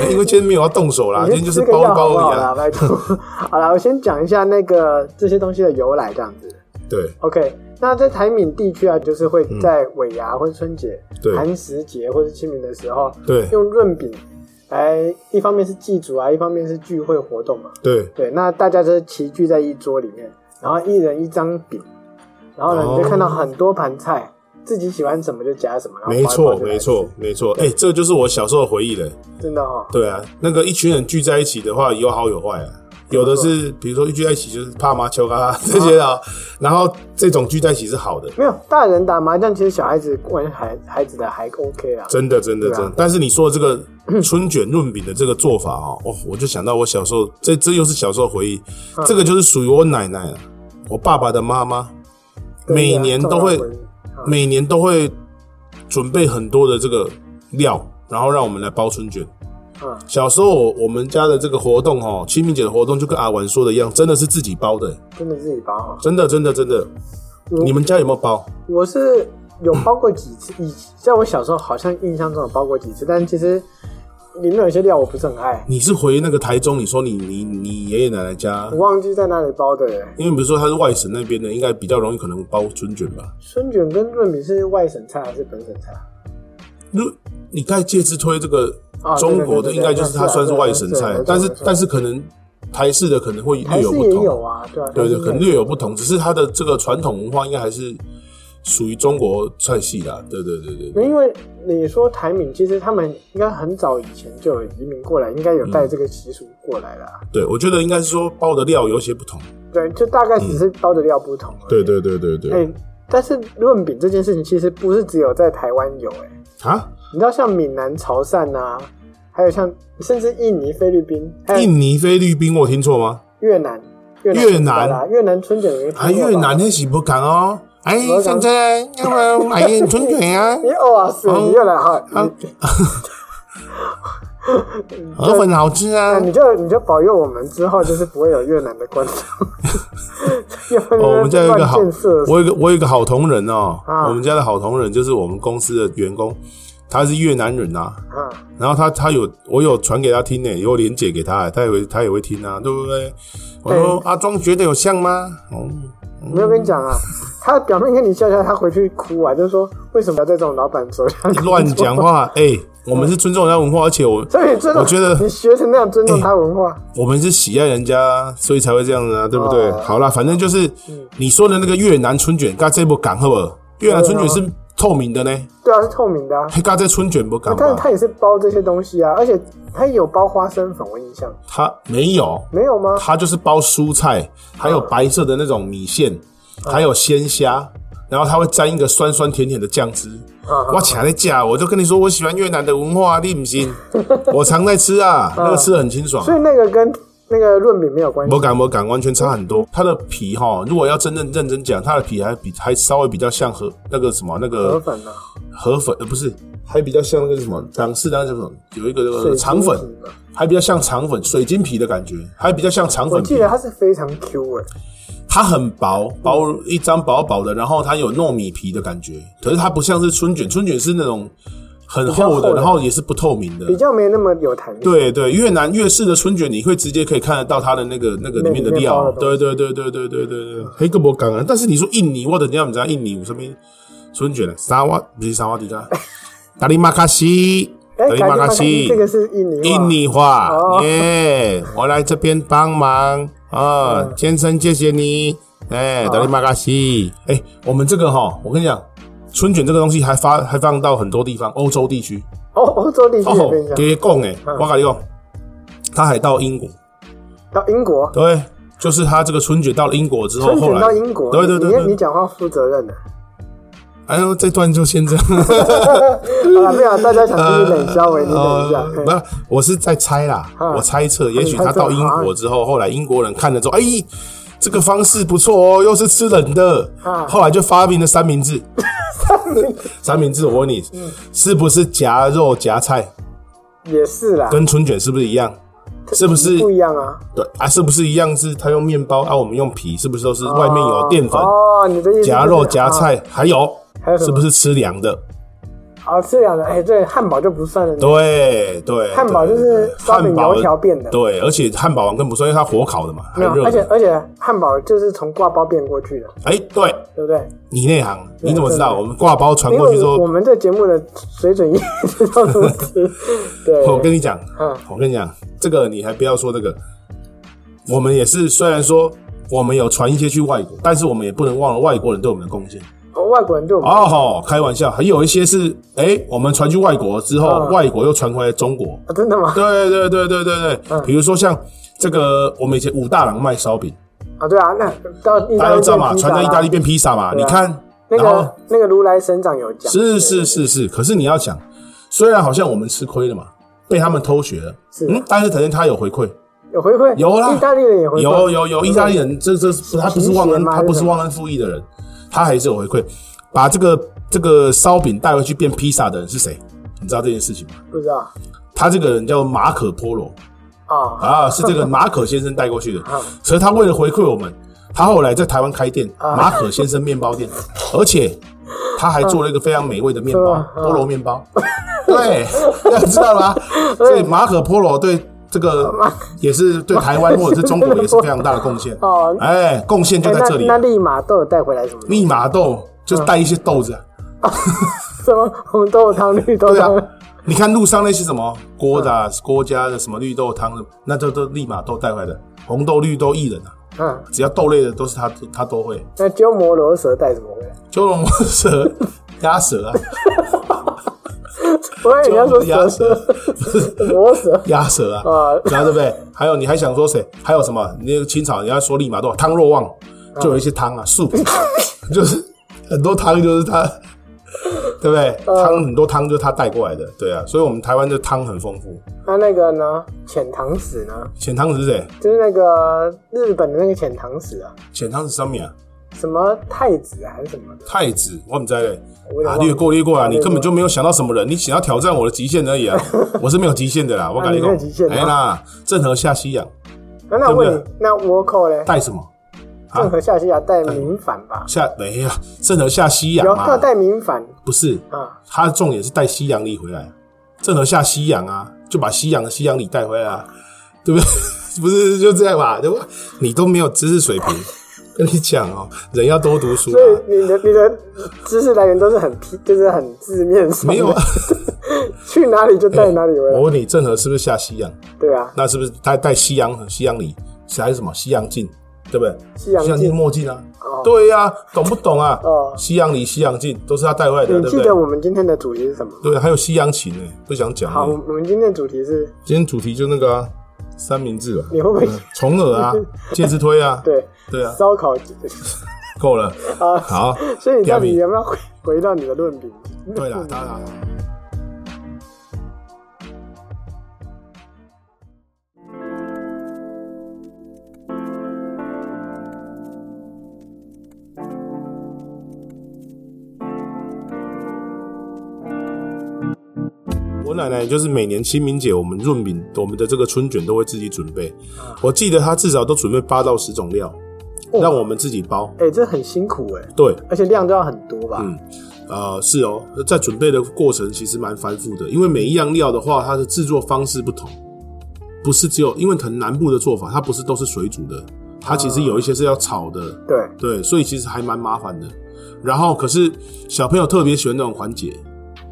S1: 哎因为今天没有要动手啦，今天
S2: 你
S1: 就
S2: 先
S1: 是
S2: 吃个
S1: 包一包
S2: 药好不好
S1: 而已
S2: 啦，
S1: 啊。
S2: 拜托。 好了，我先讲一下那个这些东西的由来，这样子。
S1: 对
S2: OK，那在台闽地区啊，就是会在尾牙或是春节、
S1: 嗯对
S2: 寒食节或是清明的时候，
S1: 对
S2: 用润饼来，一方面是祭祖啊，一方面是聚会活动嘛。
S1: 对，
S2: 对，那大家就是齐聚在一桌里面，然后一人一张饼，然后呢，
S1: 哦
S2: 你就看到很多盘菜，自己喜欢什么就加什么。然后
S1: 没
S2: 包
S1: 错
S2: 一包就来
S1: 没错没错，哎、这就是我小时候的回忆了。
S2: 吃，真的哦。
S1: 对啊，那个一群人聚在一起的话，有好有坏啊。有的是，比如说一聚在一起就是怕麻球啊这些的啊， 然后这种聚在一起是好的，
S2: 没有，大人打麻将，其实小孩子玩孩孩子的还 OK 啦。
S1: 真的真的
S2: 对啊嗯
S1: 真的。但是你说的这个春卷润饼的这个做法哦，哦，我就想到我小时候，这这又是小时候回忆，
S2: 嗯
S1: 这个就是属于我奶奶啊，我爸爸的妈妈，
S2: 对啊
S1: 每年都会
S2: 这种老回忆
S1: 每年都会准备很多的这个料，然后让我们来包春卷。
S2: 嗯
S1: 小时候我们家的这个活动哦，清明节的活动就跟阿玩说的一样，真的是自己包的、
S2: 真的自己包哈。
S1: 真的，真的，真的，
S2: 嗯
S1: 你们家有没有包？
S2: 我是有包过几次，以在我小时候好像印象中有包过几次，但其实里面有些料我不是很爱，
S1: 你是回那个台中，你说你你你爷爷奶奶家
S2: 我，忘记在哪里包的了。
S1: 因为比如说他是外省那边的，应该比较容易可能包春卷吧。
S2: 春卷跟润饼是外省菜还是本省菜？
S1: 如你看介之推这个
S2: 啊
S1: 中国的，
S2: 对对对对
S1: 应该就是它算是外省
S2: 对对
S1: 菜
S2: 对，
S1: 但是
S2: 没错
S1: 但是可能台式的可能会
S2: 还
S1: 略有
S2: 是
S1: 不
S2: 也
S1: 同，
S2: 有啊，对啊，
S1: 对对，
S2: 台式
S1: 可能
S2: 也
S1: 略有不同，只是它的这个传统文化应该还是属于中国菜系啦。对对对对
S2: 有。
S1: 对，
S2: 因为你说台闽，其实他们应该很早以前就有移民过来，应该有
S1: 嗯
S2: 带这个习俗过来啦。
S1: 对我觉得应该是说包的料有些不同。
S2: 对，就大概只是包的料不同而已。
S1: 嗯对对对对对，
S2: 哎、但是润饼这件事情其实不是只有在台湾有、哎，
S1: 啊，
S2: 你知道像闽南、潮汕啊，还有像甚至印尼、菲律宾，还有
S1: 印尼、菲律宾，我听错吗？
S2: 越南，越
S1: 越
S2: 南
S1: 南
S2: 啦，越南春卷也
S1: 啊，越南，那是不敢哦。哎，现在要不要 买点春卷啊？
S2: 你哦啊，是你越南哈，你
S1: 河粉好吃啊！
S2: 你就你就保佑我们之后就是不会有越南的观众，
S1: 哦，我们家有一个好
S2: 乱建设，
S1: 我有一个我有一个好同仁哦
S2: 啊，
S1: 我们家的好同仁就是我们公司的员工，他是越南人啊。
S2: 啊，
S1: 然后他他有我有传给他听呢，也有连解给他，他也会他也会听啊，对不对？我说阿庄觉得有像吗？哦，
S2: 没有跟你讲啊，他表面跟你笑笑，他回去哭啊，就说为什么要在这种老板手上
S1: 你乱讲话，哎，我们是尊重人家文化，而且我
S2: 所以你尊重，
S1: 我觉得
S2: 你学成那样尊重他文化，
S1: 我们是喜爱人家，所以才会这样子啊，对不对？
S2: 哦
S1: 好啦，反正就是你说的那个越南春卷，嘎这不港好不好？越南春卷是透明的呢，
S2: 对啊，是透明的啊。
S1: 嘿，嘎这春卷不港
S2: 但是
S1: 吧？
S2: 他也是包这些东西啊，而且他有包花生粉，我印象
S1: 它没有，
S2: 没有吗？
S1: 它就是包蔬菜，还有白色的那种米线，
S2: 嗯
S1: 还有鲜虾，然后它会沾一个酸酸甜甜的酱汁。
S2: 嗯
S1: 我抢在架，我就跟你说，我喜欢越南的文化，啊你不 信？我常在吃啊，
S2: 嗯
S1: 那个吃的很清爽。
S2: 所以那个跟那个润饼没有关系
S1: 我感我感完全差很多。它的皮哈，如果要真正认真讲，它的皮还比还稍微比较像河那个什么那
S2: 河
S1: 个
S2: 粉呢、啊？
S1: 河粉，呃不是，还比较像那个什么港式那个什么有一个那个
S2: 水晶
S1: 呃肠粉
S2: 皮吧，
S1: 还比较像肠粉水晶皮的感觉，还比较像肠
S2: 我
S1: 粉
S2: 记
S1: 皮。
S2: 得它是非常 Q 哎、
S1: 它很薄薄一张薄薄的，然后它有糯米皮的感觉，可是它不像是春卷，春卷是那种很
S2: 较
S1: 厚
S2: 厚的
S1: 的，然后也是不透明的。
S2: 比较没那么有弹性。
S1: 对对，越南越式的春卷，你会直接可以看得到它的那个那个里面的
S2: 那里面包
S1: 料
S2: 的。东
S1: 对对对对对对对对，黑个博港啊！但是你说印尼，我等下我们讲印尼有什么春卷呢？沙瓦不是沙瓦迪卡，达里马卡西，达
S2: 哎、
S1: 里
S2: 感
S1: 马
S2: 觉
S1: 卡
S2: 好像
S1: 西，
S2: 这个是印尼话
S1: 印尼话
S2: 哦
S1: 耶！我来这边帮忙啊，先生，谢谢你。哎，达里马卡西，哎，我们这个哈，我跟你讲，春卷这个东西还发还放到很多地方，欧洲地区。
S2: 哦，欧洲地区也
S1: 哦
S2: 变，成这样
S1: 给讲哎，我跟你讲，他还到英国，
S2: 到英国，
S1: 对，就是他这个春卷到了英国之后，
S2: 春
S1: 后
S2: 卷
S1: 来
S2: 到英国，
S1: 对对对
S2: 你
S1: 对
S2: 你讲话负责任的、
S1: 哎呦，这段就先这样。
S2: 好了，没有，大家想听你冷笑话，你等一下。
S1: 呃没有，我是在猜啦，
S2: 嗯
S1: 我猜测，也许
S2: 你猜
S1: 他
S2: 测啊
S1: 到英国之后，后来英国人看了之后，哎，这个方式不错哦，又是吃冷的
S2: 嗯，
S1: 后来就发明了三明 治。三明治，我问你，
S2: 嗯
S1: 是不是夹肉夹菜
S2: 也是啦，
S1: 跟春卷是不是一样？是不是
S2: 不一样啊？
S1: 对啊？是不是一样？是他用面包啊，我们用皮，是不是都是外面有淀粉
S2: 哦，你的意思就是
S1: 夹肉夹，菜？还有
S2: 啊还有什么
S1: 是不是吃凉的？
S2: 啊，哦这两个，哎，对，汉堡就不算了。
S1: 对对，
S2: 汉堡就是烧饼
S1: 汉堡
S2: 油条变的
S1: 对，而且汉堡王更不错，因为它火烤的嘛，还
S2: 没有，
S1: 热
S2: 而且
S1: 的。
S2: 而且汉堡就是从挂包变过去的，
S1: 哎，对
S2: 对不对？
S1: 你内行，你怎么知道？
S2: 嗯对
S1: 我们挂包传
S2: 因
S1: 过去
S2: 为我
S1: 说，
S2: 们这节目的水准一直都如 此。对，
S1: 我跟你讲
S2: 嗯，
S1: 我跟你讲，这个你还不要说这个，我们也是虽然说我们有传一些去外国，但是我们也不能忘了外国人对我们的贡献。
S2: 外国人对我们
S1: 哦吼，开玩笑，还有一些是哎，我们传去外国之后，
S2: 嗯
S1: 外国又传回来中国。
S2: 啊真的吗？
S1: 对对对对对对，
S2: 嗯
S1: 比如说像这个，我们以前武大郎卖烧饼。
S2: 啊，对啊，那到意
S1: 大
S2: 大
S1: 家
S2: 利
S1: 都知道嘛，
S2: 变披萨
S1: 传到意大利
S2: 啦
S1: 变披萨嘛，你
S2: 啊
S1: 看，
S2: 那
S1: 然后
S2: 个那个如来神掌有讲，
S1: 是是是是，可是你要想，虽然好像我们吃亏了嘛，被他们偷学了，
S2: 是
S1: 嗯，但是可能他有回馈，
S2: 有回馈，
S1: 有啦
S2: 意大利人也回馈，
S1: 有有有，意大利人这这他不是忘恩，
S2: 贫血吗
S1: 他不是
S2: 还是什么
S1: 忘恩负义的人，他还是有回馈，把这个这个烧饼带回去变披萨的人是谁？你知道这件事情吗？
S2: 不知道
S1: 他这个人叫马可波罗
S2: 啊
S1: 啊，是这个马可先生带过 去的，
S2: 嗯
S1: 所以他为了回馈我们，他后来在台湾开店，
S2: 啊
S1: 马可先生面包店，而且他还做了一个非常美味的面包
S2: 啊，啊
S1: 菠萝面 包。对，要知道吗？
S2: 嗯
S1: 所以马可波罗对这个也是对台湾或者是中国也是非常大的贡献。
S2: 哦
S1: 哎，贡献就
S2: 哎
S1: 在
S2: 那
S1: 这里
S2: 那。立马都有带回来什么？
S1: 密码豆就是带一些豆子啊，
S2: 嗯什么红豆汤、绿豆
S1: 对啊
S2: 汤，。
S1: 你看路上那些什么郭的
S2: 嗯
S1: 啊、郭家的什么绿豆汤的，那都都立马豆带回来的，红豆、绿豆、薏仁啊，
S2: 嗯，
S1: 只要豆类的都是他他都会。
S2: 那鸠摩罗什带什么回来？
S1: 九龙蛇、鸭舌啊，
S2: 我以为人家说
S1: 鸭舌，
S2: 蛇
S1: 不是
S2: 罗蛇
S1: 鸭舌啊，
S2: 啊，
S1: 然后对不对？还有你还想说谁？还有什么？你那个清朝你要说立马多少汤若望，就有一些汤啊 soup，就是很多汤就是他，对不对？汤很多汤就是他带过来的，对啊。所以我们台湾的汤很丰富。
S2: 那那个呢？遣唐使呢？
S1: 浅汤是谁？
S2: 就是那个日本的那个遣唐使啊，
S1: 浅汤是什么呀？
S2: 什么太子啊还是什么的，
S1: 太子，我们在嘞
S2: 我也
S1: 啊，
S2: 忘了
S1: 略过略过啊，你
S2: 略过
S1: 根本就没有想到什么人，你想要挑战我的极限而已 啊！我是没有极限的啦，我跟
S2: 啊你没有极
S1: 讲
S2: 限，
S1: 哎啦，郑和下西洋
S2: 那那我
S1: 对啊
S2: 问
S1: 不
S2: 你，那倭寇嘞？
S1: 带什么？
S2: 郑和下西洋带民反吧？
S1: 下哎没有，郑和下西洋
S2: 有，
S1: 嘛
S2: 他？带民反
S1: 不是，
S2: 啊，
S1: 他的重点是带西洋历回来。郑和下西洋啊，就把西洋的西洋历带回来啊，对不 对？不是就这样吧？对吧？你都没有知识水平，跟你讲哦，人要多读书啊
S2: 所。以你的你的知识来源都是很批，就是很字面上的，
S1: 没有啊，
S2: 去哪里就带哪里回
S1: 我
S2: 来，
S1: 问你，郑和是不是下西洋？
S2: 对啊，
S1: 那是不是带带西洋西洋里还是什么西洋镜，对不对？
S2: 西洋镜
S1: 墨镜啊，对呀、懂不懂啊？
S2: 哦
S1: 西洋里西洋镜都是他带回来的，
S2: 你
S1: 对嗯
S2: 记
S1: 不
S2: 得
S1: 对？
S2: 我们今天的主题是什么？
S1: 对，还有西洋琴呢、不想讲、
S2: 好，我
S1: 欸。
S2: 我们今天的主题是，
S1: 今天主题就那个、啊、三明治啊，
S2: 你会不会
S1: 虫耳 啊，戒指推啊，
S2: 对
S1: 对啊，
S2: 烧烤？
S1: 够了，好，
S2: 所以你到
S1: 第二名
S2: 底有没有回回到你的论评？
S1: 对啦，当然啦。我奶奶就是每年清明节，我们润饼，我们的这个春卷都会自己准备。我记得她至少都准备八到十种料，让我们自己包。
S2: 哎、这很辛苦哎、
S1: 对，
S2: 而且量都要很多吧？
S1: 嗯呃，是哦，在准备的过程其实蛮繁复的，因为每一样料的话，它的制作方式不同，不是只有因为很南部的做法，它不是都是水煮的，它其实有一些是要炒的，
S2: 对，
S1: 对，所以其实还蛮麻烦的。然后可是小朋友特别喜欢那种环节，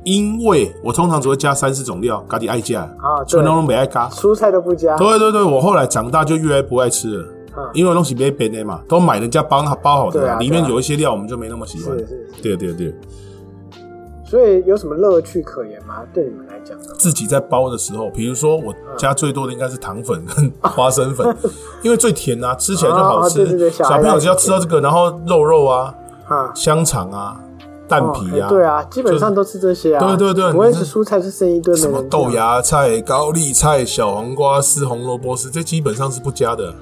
S1: 因为我通常只会加三四种料，咖喱爱加，
S2: 啊，对
S1: 全，龙龙北爱加。
S2: 蔬菜都不加，
S1: 对对对，我后来长大就越来越不爱吃了，
S2: 嗯
S1: 因为东西别别的嘛，都买人家包好包好的
S2: 对
S1: 啦，
S2: 啊
S1: 里面
S2: 对啊
S1: 有一些料我们就没那么喜欢。
S2: 是是是，
S1: 对对对。
S2: 所以有什么乐趣可言吗？对你们来讲呢？
S1: 自己在包的时候，比如说我加最多的应该是糖粉跟花生 粉，因为最甜啊，吃起来就好吃。
S2: 哦啊对对对小孩
S1: 小朋友
S2: 爱
S1: 只要
S2: 吃
S1: 吃到这个，然后肉肉啊、
S2: 啊，
S1: 香肠啊、蛋皮
S2: 哦
S1: 呀、
S2: 哎对啊，基本上都吃这些啊。
S1: 对对对
S2: 我也
S1: 你看
S2: 是蔬菜是剩一堆，没
S1: 什么
S2: 人
S1: 豆
S2: 吃啊。
S1: 芽菜、高丽菜、小黄瓜丝、红萝卜丝，这基本上是不加的。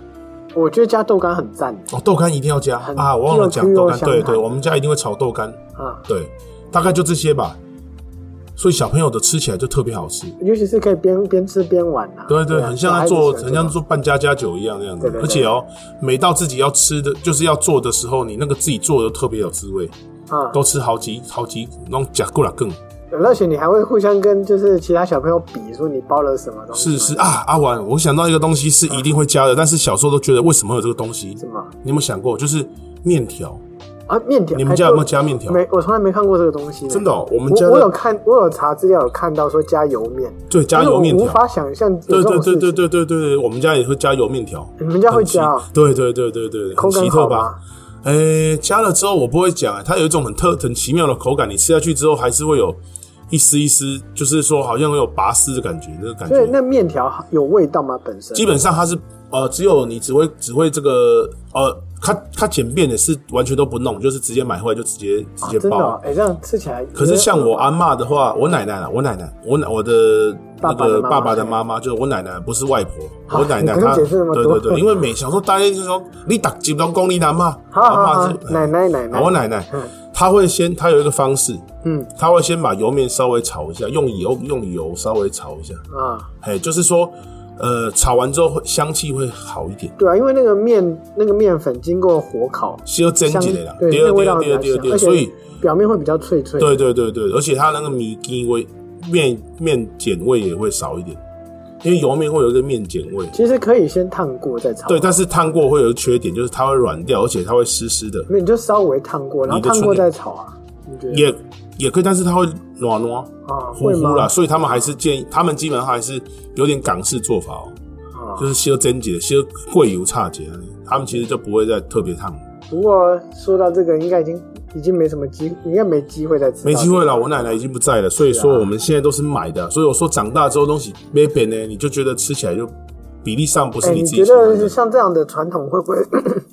S2: 我觉得加豆干很赞
S1: 哦，豆干一定要加
S2: 很
S1: 啊！我忘了讲
S2: 又 Q
S1: 豆
S2: 又
S1: 干，
S2: 香
S1: 对
S2: 甜
S1: 对，我们家一定会炒豆干，
S2: 啊，
S1: 对，大概就这些吧。所以小朋友的吃起来就特别好吃，
S2: 尤其是可以边边吃边玩啊。
S1: 对对，
S2: 啊
S1: 很像
S2: 小
S1: 在
S2: 孩子
S1: 做，
S2: 喜欢
S1: 很
S2: 这
S1: 像
S2: 种
S1: 做半家家酒一样那样子
S2: 对对。对
S1: 而且哦，每到自己要吃的，就是要做的时候，你那个自己做的特别有滋味，
S2: 啊。
S1: 都吃好几好几，然后夹过来更。
S2: 而且你还会互相跟就是其他小朋友比，说你包了什么东
S1: 是
S2: 西。
S1: 是啊，阿婉，我想到一个东西是一定会加的，但是小时候都觉得为什么会有这个东西？
S2: 什么
S1: 你有没有想过，就是面条？
S2: 啊？面条？
S1: 你们
S2: 哎
S1: 家
S2: 就
S1: 有没有加面条？
S2: 没，我从来没看过这个东西。
S1: 真的、哦，我们家
S2: 我我有
S1: 的
S2: 看，我有查资料，有看到说加油面，
S1: 对加油面
S2: 但是我无
S1: 条。
S2: 法想象有
S1: 对对
S2: 这种
S1: 对
S2: 事情。
S1: 对对对对，我们家也会加油面条，
S2: 你们家会
S1: 很
S2: 加啊
S1: 奇？对对对对对，很
S2: 口感
S1: 奇
S2: 好
S1: 特
S2: 吗
S1: 吧？？诶，加了之后我不会讲，它有一种很特很奇妙的口感，你吃下去之后还是会有一丝一丝，就是说好像会有拔丝的感觉，那个感
S2: 所以
S1: 觉。
S2: 那面条有味道吗？本身
S1: 基本上它是呃，只有你只会只会这个呃，它它简便的是完全都不弄，就是直接买回来就直接直接
S2: 真的
S1: 包。
S2: 哦，哎，这样吃起来。
S1: 可是像我阿嬷的话，我奶奶啦，我奶奶，我奶我的那
S2: 爸爸的
S1: 个
S2: 妈妈啊
S1: 爸爸的妈妈，就是我奶奶，不是外婆，我奶奶
S2: 你不用
S1: 她，
S2: 解释那么
S1: 对
S2: 多
S1: 对对，因为每小时候大家就说你打几张公你阿妈，啊
S2: 好好好
S1: 阿
S2: 好
S1: 嬷是哎
S2: 奶嗯奶奶
S1: 我
S2: 奶，
S1: 奶奶，她会先，她有一个方式，
S2: 嗯
S1: 她会先把油面稍微炒一下，用油用油稍微炒一下，
S2: 啊，
S1: 哎，就是说，呃，炒完之后会香气会好一点，
S2: 对啊，因为那个面那个面粉经过火烤，
S1: 是要蒸起来啦，
S2: 对，
S1: 第二
S2: 那个味
S1: 第
S2: 道
S1: 二
S2: 会比
S1: 第
S2: 较
S1: 二第二第
S2: 香，而
S1: 二，
S2: 且
S1: 所以。
S2: 表面会比较脆脆。
S1: 对对对对，而且它那个米鸡味面面碱味也会少一点，因为油面会有一个面碱味。
S2: 其实可以先烫过再炒，
S1: 对，但是烫过会有一个缺点，就是它会软掉，而且它会湿湿的，
S2: 没有你就稍微烫过，然后
S1: 你的
S2: 烫过
S1: 春
S2: 再炒啊。你觉得
S1: 也也可以，但是它会软软
S2: 啊，
S1: 糊
S2: 会
S1: 糊
S2: 吗？
S1: 啦，所以他们还是建议，他们基本上还是有点港式做法哦，
S2: 啊
S1: 就是修蒸姐、修贵油差姐，他们其实就不会再特别烫，
S2: 不过说到这个，应该已经已经没什么机，应该没机会再吃。
S1: 没机会了。我奶奶已经不在了，所以
S2: 是啊
S1: 说我们现在都是买的，所以我说长大之后东西没变呢，你就觉得吃起来就比例上不
S2: 哎、
S1: 是你
S2: 你
S1: 自己
S2: 觉
S1: 喜欢的
S2: 得。像这样的传统会不 会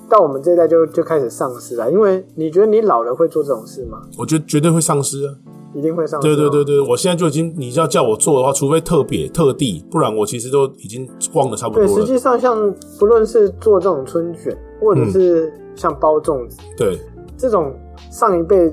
S2: 到我们这一代就就开始丧失啊了？因为你觉得你老了会做这种事吗？
S1: 我觉得绝对会丧失啊！
S2: 一定会丧失。哦
S1: 对对对，对，我现在就已经，你要叫我做的话，除非特别特地，不然我其实都已经逛的差不
S2: 对，
S1: 多
S2: 实
S1: 了。
S2: 际上像不论是做这种春卷，或者是像包粽子、
S1: 对，
S2: 这种上一辈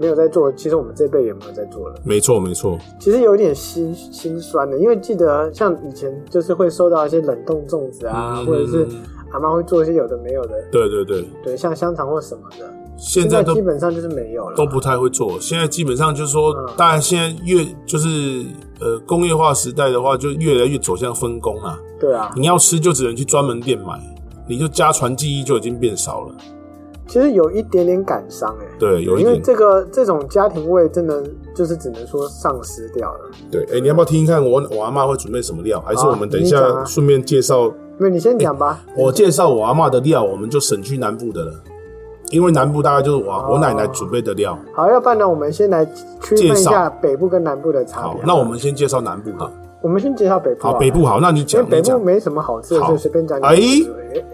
S2: 没有在做，其实我们这辈也没有在做了。
S1: 没错没错，
S2: 其实有点心心酸的，因为记得像以前就是会收到一些冷冻粽子啊，
S1: 嗯
S2: 或者是阿妈会做一些有的没有的，
S1: 对对对，
S2: 对，像香肠或什么的，
S1: 现
S2: 现
S1: 在
S2: 在
S1: 都
S2: 基本上就是没有了，
S1: 都不太会做。现在基本上就是说，
S2: 嗯
S1: 当然现在越就是呃工业化时代的话，就越来越走向分工啊。
S2: 对啊。
S1: 你要吃就只能去专门店买，你就家传技艺就已经变少了。
S2: 其实有一点点感伤哎、
S1: 对，有一
S2: 因为
S1: 点
S2: 这个这种家庭味真的就是只能说丧失掉了。
S1: 对。哎、你要不要听听看我我阿妈会准备什么料？还是
S2: 好啊
S1: 我们等一
S2: 你讲啊
S1: 下顺便介绍
S2: 没有，你先讲吧。
S1: 我介绍我阿嬷的料，我们就省去南部的了，因为南部大概就是我、我奶奶准备的料。
S2: 好，要不然呢，我们先来区分一
S1: 介
S2: 下
S1: 绍
S2: 北部跟南部的差
S1: 好
S2: 别。，
S1: 那我们先介绍南部的。
S2: 我们先介绍北部
S1: 好，
S2: 了
S1: 北部好，那你
S2: 因为
S1: 讲，
S2: 北
S1: 你
S2: 部
S1: 讲，
S2: 没什么好吃的，
S1: 好
S2: 所以随便讲。
S1: 哎
S2: 哎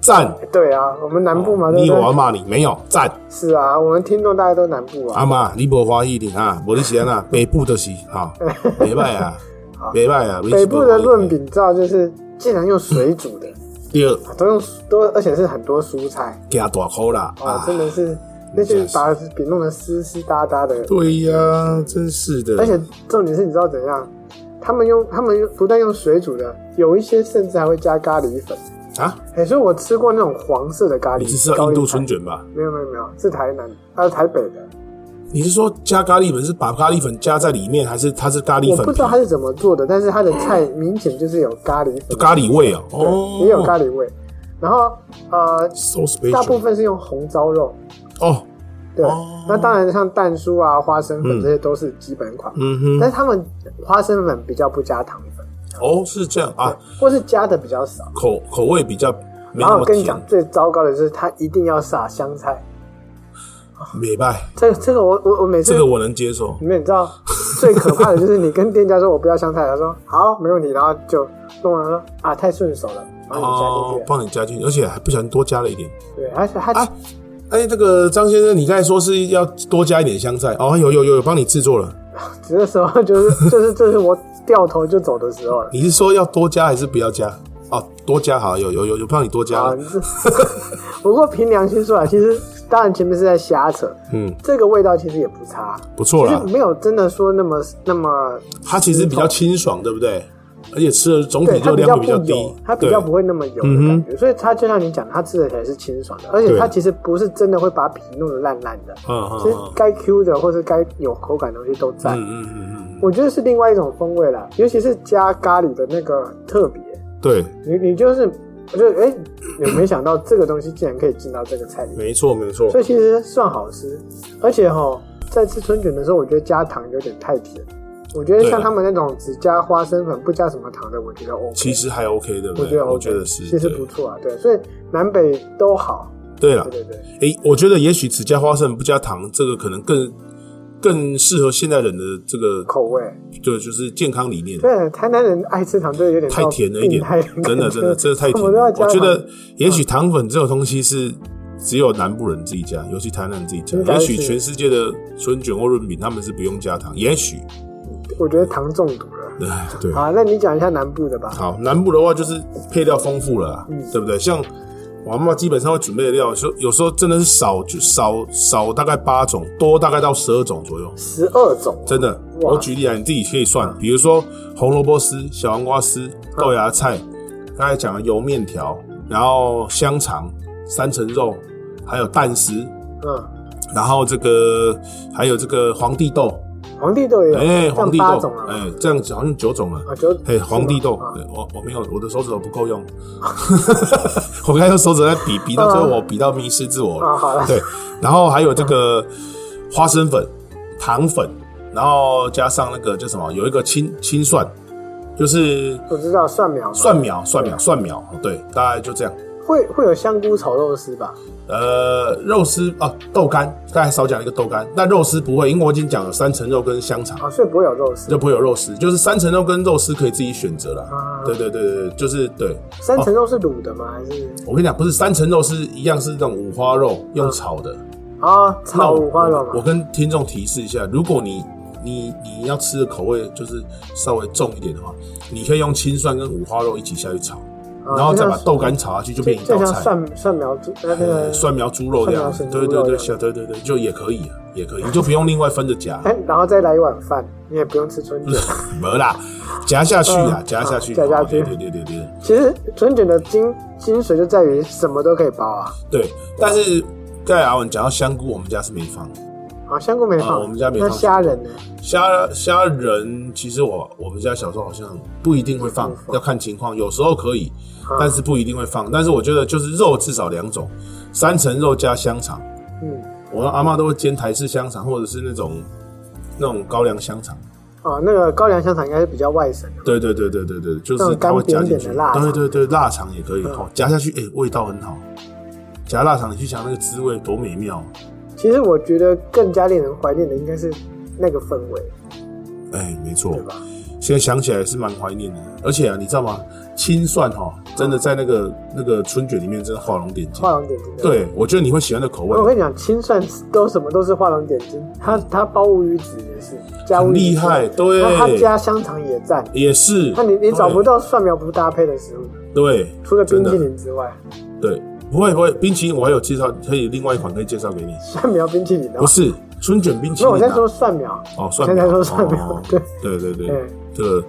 S1: 赞。
S2: 对啊，我们南部嘛，对
S1: 你
S2: 不
S1: 我要
S2: 对？
S1: 骂你没有赞，
S2: 是啊，我们听众大家都南部啊。
S1: 阿妈你无欢喜你啊，无你是安 那北部的是哈，袂歹 啊，袂歹啊。
S2: 北部的润饼照就是竟然用水煮的，
S1: 第二
S2: 都用都而且是很多蔬菜
S1: 加大口啦
S2: 啊，
S1: 啊，
S2: 真的是那些
S1: 真是
S2: 把饼弄得湿湿哒哒的。
S1: 对呀，真是的。
S2: 而且重点是，你知道怎样？他们用他们用不但用水煮的，有一些甚至还会加咖喱粉。
S1: 啊，
S2: 哎、所以我吃过那种黄色的咖喱，
S1: 你是吃到
S2: 高
S1: 印
S2: 丽
S1: 度
S2: 菜
S1: 春？卷吧？
S2: 没有没有没有，是台南，它、是台北的。
S1: 你是说加咖喱粉是把咖喱粉加在里面，还是它是咖喱
S2: 我
S1: 粉
S2: 不知道它是怎么做的，但是它的菜明显就是有咖喱粉，
S1: 咖喱味啊？
S2: 对
S1: 哦，
S2: 也有咖喱味。然后呃，
S1: so
S2: 大部
S1: special
S2: 分是用红烧肉，
S1: 哦，
S2: 对。
S1: 哦
S2: 那当然像蛋酥啊、花生粉这些都是基本款，
S1: 嗯哼，
S2: 但是他们花生粉比较不加糖粉，
S1: 哦是这样啊，
S2: 或是加的比较少。
S1: 口口味比较没那
S2: 然后我
S1: 么
S2: 跟你
S1: 甜，
S2: 讲，最糟糕的是它一定要撒香菜，
S1: 美拜，
S2: 这这个我我我每次
S1: 这个我能接受
S2: 嗯你。们你知道最可怕的就是你跟店家说我不要香菜，他说好没问题，然后就弄完说啊太顺手了，然后你加进去啊
S1: 哦
S2: 了，
S1: 帮你加进去，而且还不小心多加了一点。
S2: 对，而且他、
S1: 哎，哎，这个张先生，你刚才说是要多加一点香菜哦，有有有有，帮你制作了。
S2: 只是说就是就是这是我掉头就走的时候了。
S1: 你是说要多加还是不要加？哦，多加好，有有有有帮你多加
S2: 啊
S1: 了。，
S2: 这不过凭良心说啊，其实当然前面是在瞎扯，
S1: 嗯，
S2: 这个味道其实也不差，
S1: 不错
S2: 其
S1: 啦
S2: 实，没有真的说那么那么，
S1: 它其实比较清爽，对不对？而且吃的总体
S2: 对它
S1: 热
S2: 比
S1: 量
S2: 较
S1: 会比
S2: 不
S1: 较低
S2: 油，，它比
S1: 对嗯
S2: 较不会那么油的感觉，所以它就像你讲的，它吃的起来是清爽的，而且
S1: 对
S2: 它其实不是真的会把皮弄得烂烂的，
S1: 嗯嗯
S2: 其实
S1: 嗯
S2: 该 Q 的或是该有口感的东西都在，
S1: 嗯嗯嗯嗯，
S2: 我觉得是另外一种风味啦，尤其是加咖喱的那个特别，
S1: 对，
S2: 你你就是我就哎，有、没想到这个东西竟然可以进到这个菜里面。
S1: 没错没错。
S2: 所以其实算好吃，而且哈，在吃春卷的时候，我觉得加糖有点太甜。我觉得
S1: 对
S2: 像
S1: 啊
S2: 他们那种只加花生粉不加什么糖的，我觉得 OK，
S1: 其实还 OK，对不
S2: 我觉
S1: 对？
S2: 得 OK，
S1: 我觉得是，
S2: 其实
S1: 对
S2: 不错啊，对，所以南北都好，
S1: 对了
S2: 对。对对，
S1: 诶，我觉得也许只加花生不加糖，这个可能更更适合现代人的这个
S2: 口味，
S1: 对，就是健康理念。
S2: 对，台南人爱吃糖，这有点
S1: 太
S2: 到
S1: 甜了一点
S2: 病态感，觉
S1: 真的真的，真的太
S2: 什
S1: 甜
S2: 么都
S1: 了
S2: 要。
S1: 我
S2: 加
S1: 觉
S2: 糖
S1: 得也许糖粉这种东西是只有南部人自己加，尤其台南人自己加。
S2: 应该
S1: 也
S2: 是
S1: 许全世界的春卷或润饼他们是不用加糖，也许。
S2: 我觉得糖中毒了。
S1: 唉对，
S2: 好，那你讲一下南部的吧。
S1: 好，南部的话就是配料丰富了啊，
S2: 嗯
S1: 对不对？像我妈妈基本上会准备的料，有时候有时候真的是少就少少大概八种，多大概到十二种左右。
S2: 十二种，
S1: 真的，
S2: 哇
S1: 我举例啊，你自己可以算，比如说红萝卜丝、小黄瓜丝、豆芽菜，刚才讲的油面条，然后香肠、三层肉，还有蛋丝，
S2: 嗯，
S1: 然后这个还有这个皇帝豆，
S2: 皇帝豆也有，
S1: 哎、
S2: 这
S1: 皇
S2: 样
S1: 帝
S2: 啊八
S1: 豆
S2: 种，
S1: 哎、
S2: 啊，
S1: 这样子好像九种了。
S2: 啊九，
S1: 嘿，皇帝豆，
S2: 啊
S1: 对我我没有，我的手指头不够用， 我刚才用手指在比，比到最后我比到迷失自我了。
S2: 嗯啊，好了，
S1: 对，然后还有这个花生粉、糖粉，然后加上那个叫什么，有一个青青蒜，就是
S2: 我知道蒜苗嘛，
S1: 蒜苗、蒜苗、蒜苗，对，大概就这样。
S2: 会会有香菇炒肉丝吧？
S1: 呃，肉丝啊，豆干，刚才少讲了一个豆干，但肉丝不会，因为我已经讲了三层肉跟香肠，
S2: 啊，所以不会有肉丝
S1: 就。不会有肉丝，就是三层肉跟肉丝可以自己选择啦
S2: 啊。
S1: 对对对对，对就是对。
S2: 三
S1: 哦
S2: 层肉是卤的吗？还是
S1: 我跟你讲，不是三层肉是一样是那种五花肉用炒的，
S2: 啊
S1: 那
S2: 嗯炒
S1: 我
S2: 五花肉
S1: 我
S2: 嘛？
S1: 跟听众提示一下，如果你你你要吃的口味就是稍微重一点的话，你可以用青蒜跟五花肉一起下去炒，
S2: 啊
S1: 然后再
S2: 就
S1: 把
S2: 像
S1: 豆干炒下去，就变一
S2: 就
S1: 道
S2: 像
S1: 菜。
S2: 蒜蒜苗猪呃那
S1: 呃
S2: 个
S1: 蒜苗猪肉这样子，
S2: 蒜苗
S1: 对
S2: 蒜
S1: 对
S2: 苗
S1: 对，
S2: 猪
S1: 小
S2: 肉
S1: 对对对，就也可以啊，也可以，你就不用另外分着夹，
S2: 哎，然后再来一碗饭，你也不用吃 春卷。
S1: 没啦，夹下去啊，
S2: 嗯
S1: 夹下去，
S2: 夹下去
S1: 对对对对对
S2: 其实春卷的精精髓就在于什么都可以包啊，
S1: 对。但是盖亚文讲到香菇，我们家是没放
S2: 啊香菇没
S1: 啊
S2: 放，
S1: 我们家没
S2: 那
S1: 放
S2: 虾仁呢？
S1: 虾虾仁，其实我我们家小时候好像不一定会放
S2: 不会，放
S1: 要看情况，有时候可以，
S2: 啊
S1: 但是不一定会放。但是我觉得就是肉至少两种，三层肉加香肠，
S2: 嗯，
S1: 我阿妈都会煎台式香肠，或者是那种那种高粱香肠。
S2: 啊那个高粱香肠应该是比较外省的，
S1: 对对对对对对，就
S2: 那
S1: 是
S2: 种
S1: 它
S2: 干
S1: 会加进
S2: 扁
S1: 去。
S2: 扁的腊肠嗯
S1: 对对对，腊肠也可以，哦，夹下去，哎，味道很好。夹腊肠，你去想那个滋味多美妙，啊
S2: 其实我觉得更加令人怀念的应该是那个氛围，
S1: 哎，没错
S2: 对。吧？
S1: 现在想起来是蛮怀念的。而且啊，你知道吗？青蒜哈、真的在那个那个春卷里面真的画龙点睛
S2: 画。龙点睛。。
S1: 对，我觉得你会喜欢的口
S2: 我
S1: 味
S2: 跟你讲，清算都什么都是画龙点睛，它它包乌鱼子也是，加乌
S1: 很
S2: 鱼子
S1: 厉害，对，
S2: 那它加香肠也赞。
S1: 也是。
S2: 那你你找不
S1: 对
S2: 到蒜苗不搭配的食物，
S1: 对，
S2: 除了冰淇
S1: 真的
S2: 淋之外，
S1: 对，不会不会，冰淇淋我还有介绍，可以另外一款可以介绍给你。
S2: 蒜苗冰淇淋的
S1: 不。是春卷冰淇
S2: 那
S1: 淋、啊，
S2: 我在说蒜苗，
S1: 哦，蒜
S2: 我现
S1: 苗，
S2: 在说蒜苗
S1: 哦
S2: 对
S1: 对对对
S2: 对
S1: 这个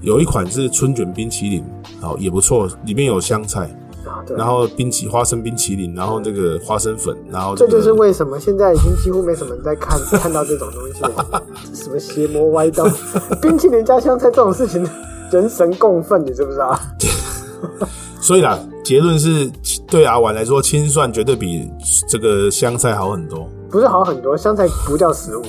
S1: 有一款是春卷冰淇淋，好也不错，里面有香菜，
S2: 啊，对
S1: 然。后冰淇花生冰淇淋，然后这个花生粉，然后
S2: 这
S1: 个
S2: 就是为什么现在已经几乎没什么人在看看到这种东西了，什么邪魔歪道、 冰淇淋加香菜这种事情，人神共愤，你知不知道？
S1: 所以啦，结论是对阿婉来说，青蒜绝对比这个香菜好很多。
S2: 不是好很多，香菜不叫食物，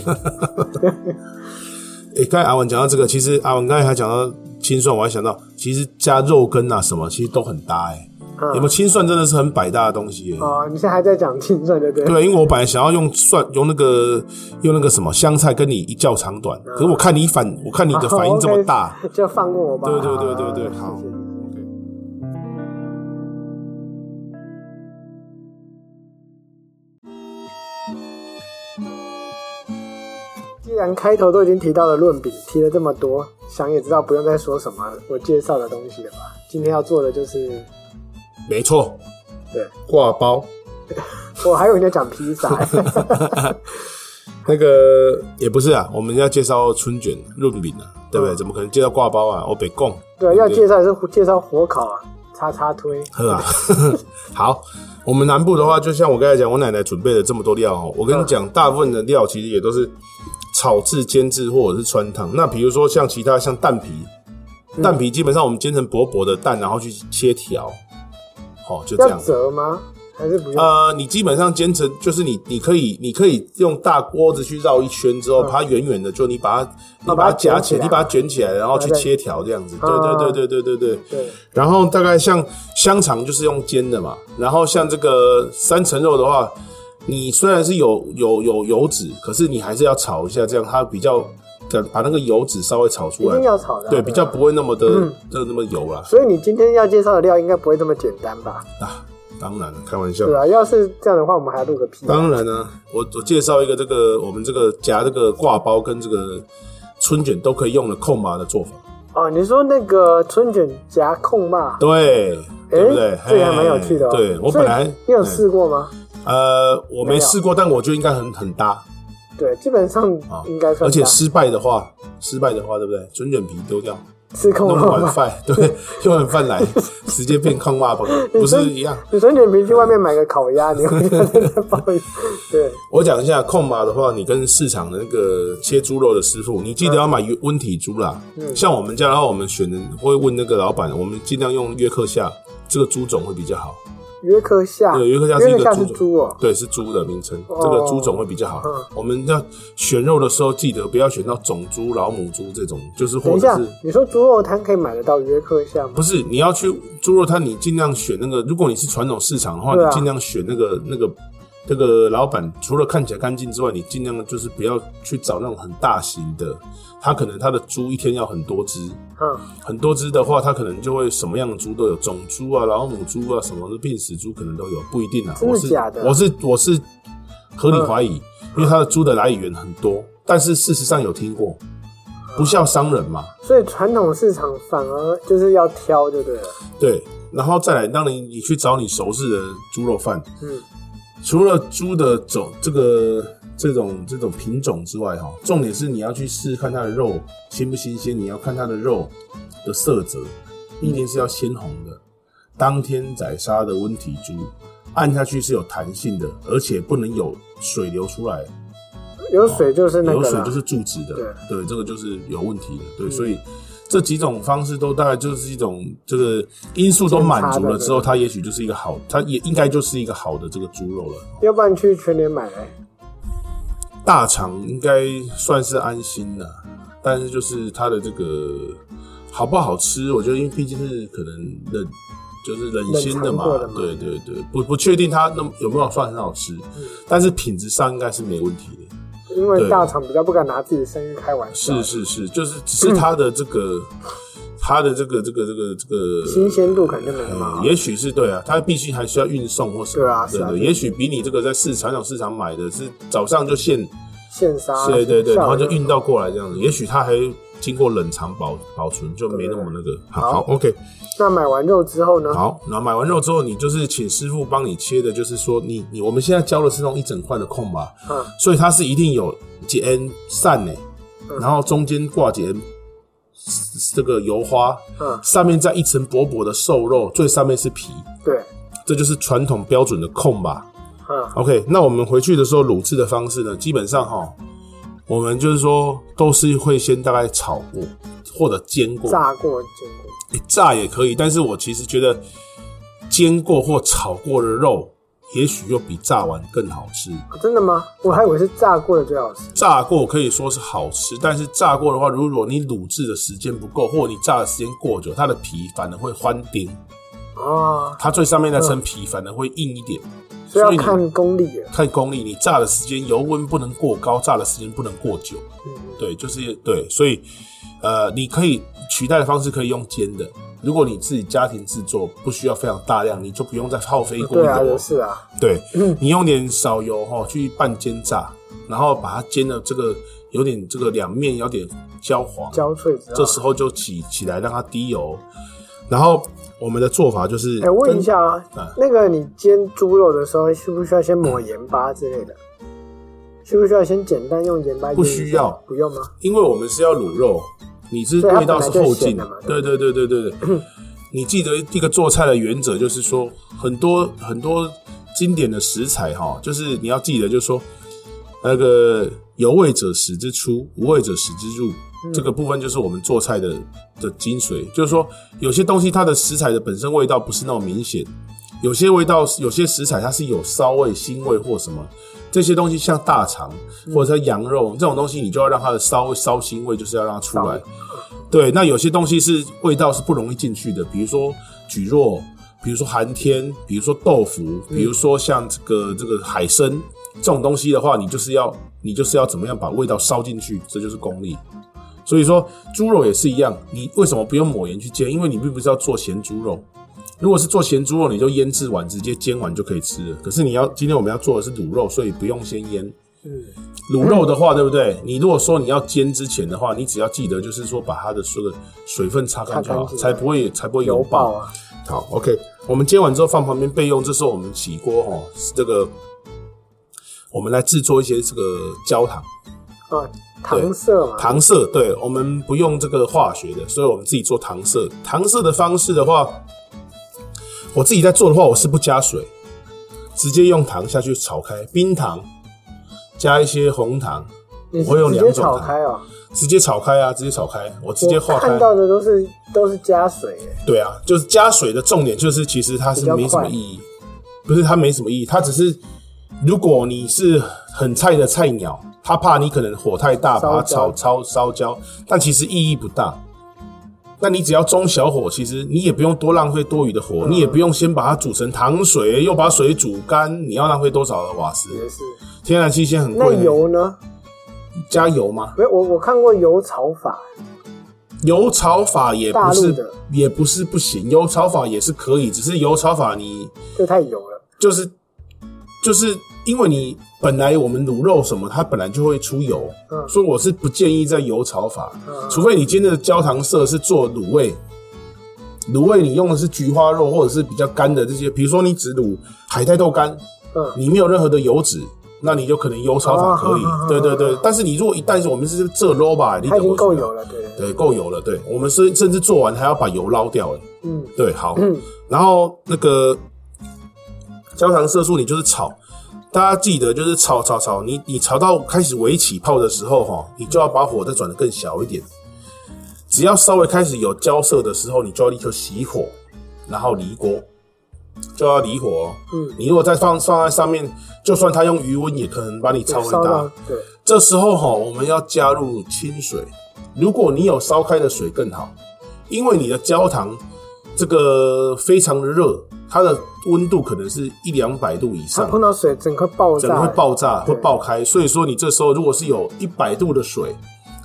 S1: 诶、刚才阿婉讲到这个，其实阿婉刚才还讲到青蒜，我还想到，其实加肉羹啊什么，其实都很搭诶、
S2: 嗯
S1: 有没有青蒜真的是很百搭的东西、耶
S2: 哦，你现在还在讲清算，对不对？
S1: 对，因为我本来想要用蒜，用那个用那个什么香菜跟你一较长短，可是我看你反，我看你的反应这么大，
S2: 哦 OK，就放过我吧。
S1: 对对对对对好
S2: 谢谢既然开头都已经提到了论笔，提了这么多，想也知道不用再说什么我介绍的东西了吧？今天要做的就是，
S1: 没错，
S2: 对
S1: 挂包。
S2: 我还有人在讲 披萨、
S1: 那个也不是啊，我们要介绍春卷、润饼啊，对不对？怎么可能介绍挂包啊？我北贡，
S2: 对，要介绍的是介绍火烤啊，叉叉推，
S1: 呵啊。 好，我们南部的话，就像我刚才讲，我奶奶准备了这么多料哦，我跟你讲，大部分的料其实也都是炒制、煎制或者是穿烫。那比如说像其他像蛋皮，
S2: 嗯
S1: 蛋皮基本上我们煎成薄薄的蛋，然后去切条，好、就这
S2: 要
S1: 样。
S2: 折吗？还是不用？
S1: 呃，你基本上煎成就是你，你可以，你可以用大锅子去绕一圈之后，把它圆圆的，就你把它，你
S2: 嗯哦把它
S1: 把它夹
S2: 卷
S1: 起
S2: 起
S1: 来，
S2: 来
S1: 你把它卷起来，然后去
S2: 对对
S1: 切条这样子。对
S2: 啊
S1: 对对对对对对。
S2: 对，
S1: 然后大概像香肠就是用煎的嘛，然后像这个三层肉的话，你虽然是有有有油脂，可是你还是要炒一下，这样它比较把那个油脂稍微炒
S2: 一
S1: 出来
S2: 定，要炒的啊、嗯
S1: 对，比较
S2: 吧
S1: 不会那么的就那么油啦。
S2: 所以你今天要介绍的料应该不会这么简单吧？
S1: 当然了，开玩笑
S2: 对。啊，要是这样的话，我们还录个屁、啊！
S1: 当然呢、我我介绍一个这个我们这个夹这个挂包跟这个春卷都可以用的控麻的做法，
S2: 哦，你说那个春卷夹控嘛？
S1: 对对不对
S2: 哎？这个还蛮有趣的、哦。
S1: 嘿对我
S2: 所
S1: 本
S2: 以
S1: 来
S2: 你有
S1: 嗯
S2: 试过吗？
S1: 呃我
S2: 没
S1: 没
S2: 有
S1: 试过，但我觉得应该很很搭
S2: 对，基本上
S1: 啊，
S2: 应该算吧。
S1: 而且失败的话，失败的话，对不对？春卷皮丢掉，
S2: 吃控
S1: 弄
S2: 肉
S1: 碗
S2: 嘛。
S1: 饭， 对，用碗饭来，直接变抗骂 吧，不是一样？
S2: 你春卷皮去外面买个烤鸭，你会 觉得不好意思。对，
S1: 我讲一下控麻的话，你跟市场的那个切猪肉的师傅，你记得要买温体猪啦。
S2: 嗯
S1: 像我们家的话，我们选的会问那个老板，我们尽量用约克夏这个猪种会比较好。
S2: 约克夏，
S1: 对，约克夏是
S2: 啊约
S1: 一
S2: 克夏
S1: 个
S2: 是
S1: 猪种。
S2: 猪哦。
S1: 对，是猪的名称，
S2: 哦嗯
S1: 这个猪种会比较好。我们要选肉的时候，记得不要选到种猪、老母猪这种，就是
S2: 等
S1: 或
S2: 一
S1: 者
S2: 下
S1: 是，
S2: 你说猪肉摊可以买得到约克夏吗？
S1: 不是，你要去猪肉摊，你尽量选那个。如果你是传统市场的话，
S2: 对啊
S1: 你尽量选那个那个那个老板，除了看起来干净之外，你尽量就是不要去找那种很大型的。他可能他的猪一天要很多只，
S2: 嗯，
S1: 很多只的话，他可能就会什么样的猪都有，种猪啊、老母猪啊、什么的病死猪可能都有，不一定啊。
S2: 真的
S1: 我是
S2: 假的嗯
S1: 我是我是合理怀疑，因为他的猪的来源很多，但是事实上有听过，不孝商人嘛。
S2: 所以传统市场反而就是要挑，就对了。
S1: 对，然后再来，当你你去找你熟识的猪肉贩，
S2: 嗯，
S1: 除了猪的种这个这种这种品种之外，哈，重点是你要去试看它的肉新不新鲜，你要看它的肉的色泽，一定是要鲜红的，当天宰杀的温体猪。按下去是有弹性的，而且不能有水流出来，
S2: 有水就是那个
S1: 有
S2: 啦嗯
S1: 水就是注质的，对这个就是有问题的，对，所以这几种方式都大概就是一种这个因素都满足了之后，
S2: 检查的对
S1: 它也许就是一个好，它也应该就是一个好的这个猪肉了。
S2: 要不然去全年买嘞。
S1: 大肠应该算是安心了，但是就是它的这个好不好吃，我觉得因为毕竟是可能冷，就是冷鲜的嘛
S2: 冷藏过的，嘛
S1: 对对对，不不确定它那么有没有算很好吃，
S2: 嗯
S1: 但是品质上应该是没问题的。
S2: 因为大厂比较不敢拿自己的声誉开玩笑，
S1: 是是是，就是只是它的这个，它的这个这个这个这个
S2: 新鲜度可能就没那么好。
S1: 也许是对啊，它必须还需要运送或什么，
S2: 对啊
S1: 对
S2: 是啊
S1: 对
S2: 对
S1: 也许比你这个在市场上市场买的是早上就现，
S2: 现杀，
S1: 对对对，
S2: 下午
S1: 然后就运到过来这样子，也许它还经过冷藏保保存，就没那么那个。好好，OK，
S2: 那买完肉之后呢？
S1: 好，然后买完肉之后，你就是请师傅帮你切的，就是说你你我们现在教的是那种一整块的空吧，
S2: 嗯，
S1: 所以它是一定有几 N 扇呢，
S2: 嗯
S1: 然后中间挂几 N 这个油花，
S2: 嗯
S1: 上面再一层薄薄的瘦肉，最上面是皮，
S2: 对，
S1: 这就是传统标准的控吧。
S2: 嗯
S1: OK，那我们回去的时候卤制的方式呢，基本上哈，我们就是说都是会先大概炒过或者煎过，
S2: 炸过、煎过，
S1: 诶炸也可以，但是我其实觉得煎过或炒过的肉，也许又比炸完更好吃。
S2: 啊真的吗？我还以为是炸过的最好吃。
S1: 炸过可以说是好吃，但是炸过的话，如果你卤制的时间不够，或你炸的时间过久，它的皮反而会翻丁，
S2: 哦，
S1: 它最上面那层皮反而会硬一点。
S2: 所以
S1: 所以
S2: 要
S1: 你
S2: 看功力啊了。
S1: 看功力，你炸的时间油温不能过高，炸的时间不能过久。
S2: 嗯，
S1: 对，就是对，所以呃，你可以取代的方式可以用煎的。如果你自己家庭制作，不需要非常大量，你就不用再耗费一锅
S2: 对啊，
S1: 油
S2: 也。是啊，
S1: 对，你用点少油哈去半煎炸，然后把它煎的这个有点这个两面有点焦黄，
S2: 焦脆之后，
S1: 这时候就起起来让它滴油。然后我们的做法就是，
S2: 哎、问一，下啊
S1: 嗯，
S2: 那个你煎猪肉的时候，需不需要先抹盐巴之类的？需不需要先简单用盐巴腌一
S1: 不
S2: 下？
S1: 需要
S2: 不用吗？
S1: 因为我们是要卤肉，你是
S2: 所以它
S1: 味道是
S2: 本来就
S1: 后
S2: 是咸
S1: 劲
S2: 的嘛，
S1: 对对对对对 对。你记得一个做菜的原则就是说，很多很多经典的食材哈，就是你要记得，就是说那个有味者食之出，无味者食之入。
S2: 嗯
S1: 这个部分就是我们做菜的的精髓，就是说有些东西它的食材的本身味道不是那么明显，有些味道有些食材它是有骚味、腥味或什么这些东西，像大肠或者说羊肉这种东西，你就要让它的骚味、骚腥味就是要让它出来
S2: 骚。
S1: 对，那有些东西是味道是不容易进去的，比如说蒟蒻，比如说寒天，比如说豆腐，比如说像这个这个海参这种东西的话，你就是要你就是要怎么样把味道烧进去，这就是功力。所以说猪肉也是一样，你为什么不用抹盐去煎？因为你并不是要做咸猪肉。如果是做咸猪肉，你就腌制完直接煎完就可以吃了。可是你要今天我们要做的是卤肉，所以不用先腌。
S2: 嗯，
S1: 卤肉的话，对不对？你如果说你要煎之前的话，你只要记得就是说把它的所有的水分擦干就
S2: 擦干
S1: 好，
S2: 净
S1: 才不会才不会油
S2: 油
S1: 爆
S2: 爆。啊，
S1: 好，OK，我们煎完之后放旁边备用。这时候我们起锅哦，这个我们来制作一些这个焦糖。
S2: 啊，糖色嘛，
S1: 糖色，对我们不用这个化学的，所以我们自己做糖色。糖色的方式的话，我自己在做的话，我是不加水，直接用糖下去炒开，冰糖加一些红糖，
S2: 你是
S1: 我有
S2: 直
S1: 两
S2: 接
S1: 种
S2: 炒
S1: 糖
S2: 开哦。
S1: 直接炒开啊，直接炒开，我直接化
S2: 我
S1: 开
S2: 看。到的都是都是加水耶，
S1: 对啊，就是加水的重点就是其实它是没什么意义，不是它没什么意义，它只是如果你是很菜的菜鸟，他怕你可能火太大把它
S2: 烧焦
S1: 炒烧烧焦，但其实意义不大。那你只要中小火，其实你也不用多浪费多余的
S2: 嗯
S1: 火，你也不用先把它煮成糖水，又把水煮干，你要浪费多少的瓦斯？
S2: 也是。
S1: 天然气现在很
S2: 嗯那
S1: 贵呢，
S2: 油呢？
S1: 加油吗？
S2: 没有，我我看过油炒法，
S1: 油炒法也不
S2: 大陆
S1: 是
S2: 的
S1: 也不是不行，油炒法也是可以，只是油炒法你
S2: 这太油了。
S1: 就是就是因为你本来我们卤肉什么，它本来就会出油，
S2: 嗯
S1: 所以我是不建议在油炒法，
S2: 嗯
S1: 除非你今天的焦糖色是做卤味，卤味你用的是菊花肉或者是比较干的这些，比如说你只卤海带豆干，
S2: 嗯，
S1: 你没有任何的油脂。那你就可能油炒法可以，
S2: 哦
S1: 对对对。但是你如果一旦是我们是这捞吧，你
S2: 它已经够
S1: 怎么
S2: 油了，对对对，
S1: 对，够油了。对我们是甚至做完还要把油捞掉。哎，
S2: 嗯
S1: 对，好。
S2: 嗯，
S1: 然后那个焦糖色素，你就是炒，大家记得就是炒炒炒，你你炒到开始微起泡的时候，哈，你就要把火再转的更小一点。只要稍微开始有焦色的时候，你就要立刻熄火，然后离锅，就要离火、哦。
S2: 嗯，
S1: 你如果再放放在上面，就算它用余温，也可能把你炒很
S2: 烧
S1: 大
S2: 到。对，
S1: 这时候哈、我们要加入清水。如果你有烧开的水更好，因为你的焦糖这个非常的热，它的温度可能是一两百度以
S2: 它
S1: 上，
S2: 碰到水整块爆
S1: 整个
S2: 炸，
S1: 会爆炸，会
S2: 对
S1: 爆开。所以说你这时候如果是有一百度的水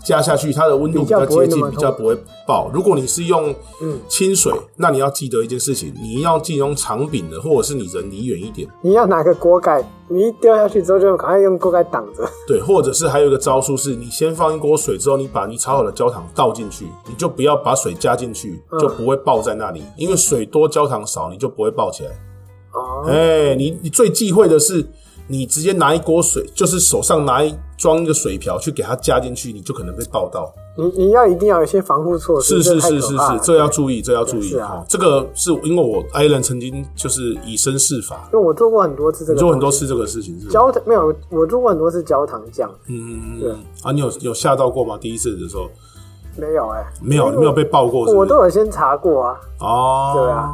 S1: 加下去，它的温度
S2: 比
S1: 比
S2: 较
S1: 较
S2: 不会
S1: 接
S2: 那么
S1: 近，比较
S2: 痛
S1: 不会爆。如果你是用
S2: 嗯
S1: 清水，那你要记得一件事情，你要记得用长柄的，或者是你人离远一点。
S2: 你要拿个锅盖，你一丢下去之后就赶快用锅盖挡着。
S1: 对，或者是还有一个招数是，你先放一锅水之后，你把你炒好的焦糖倒进去，你就不要把水加进去，
S2: 嗯
S1: 就不会爆在那里。因为水多焦糖少，你就不会爆起来。
S2: 哦，
S1: 哎、你你最忌讳的是，你直接拿一锅水，就是手上拿一装一个水瓢去给它加进去，你就可能被爆到。
S2: 你你要一定要有一些防护措
S1: 是
S2: 施，
S1: 是
S2: 这太
S1: 是
S2: 可
S1: 是
S2: 怕
S1: 是
S2: 了，
S1: 这要注意，这要注意
S2: 是啊
S1: 哦。这个是因为我 a l n 曾经就是以身试法，
S2: 因为我做过很多次这个，
S1: 做很多次这个事情是不是
S2: 焦糖，没有，我做过很多次焦糖酱，对
S1: 嗯啊，你有有吓到过吗？第一次的时候
S2: 没有哎、
S1: 没有，你没有被爆过是不是？
S2: 我都有先查过啊，
S1: 哦，
S2: 对啊，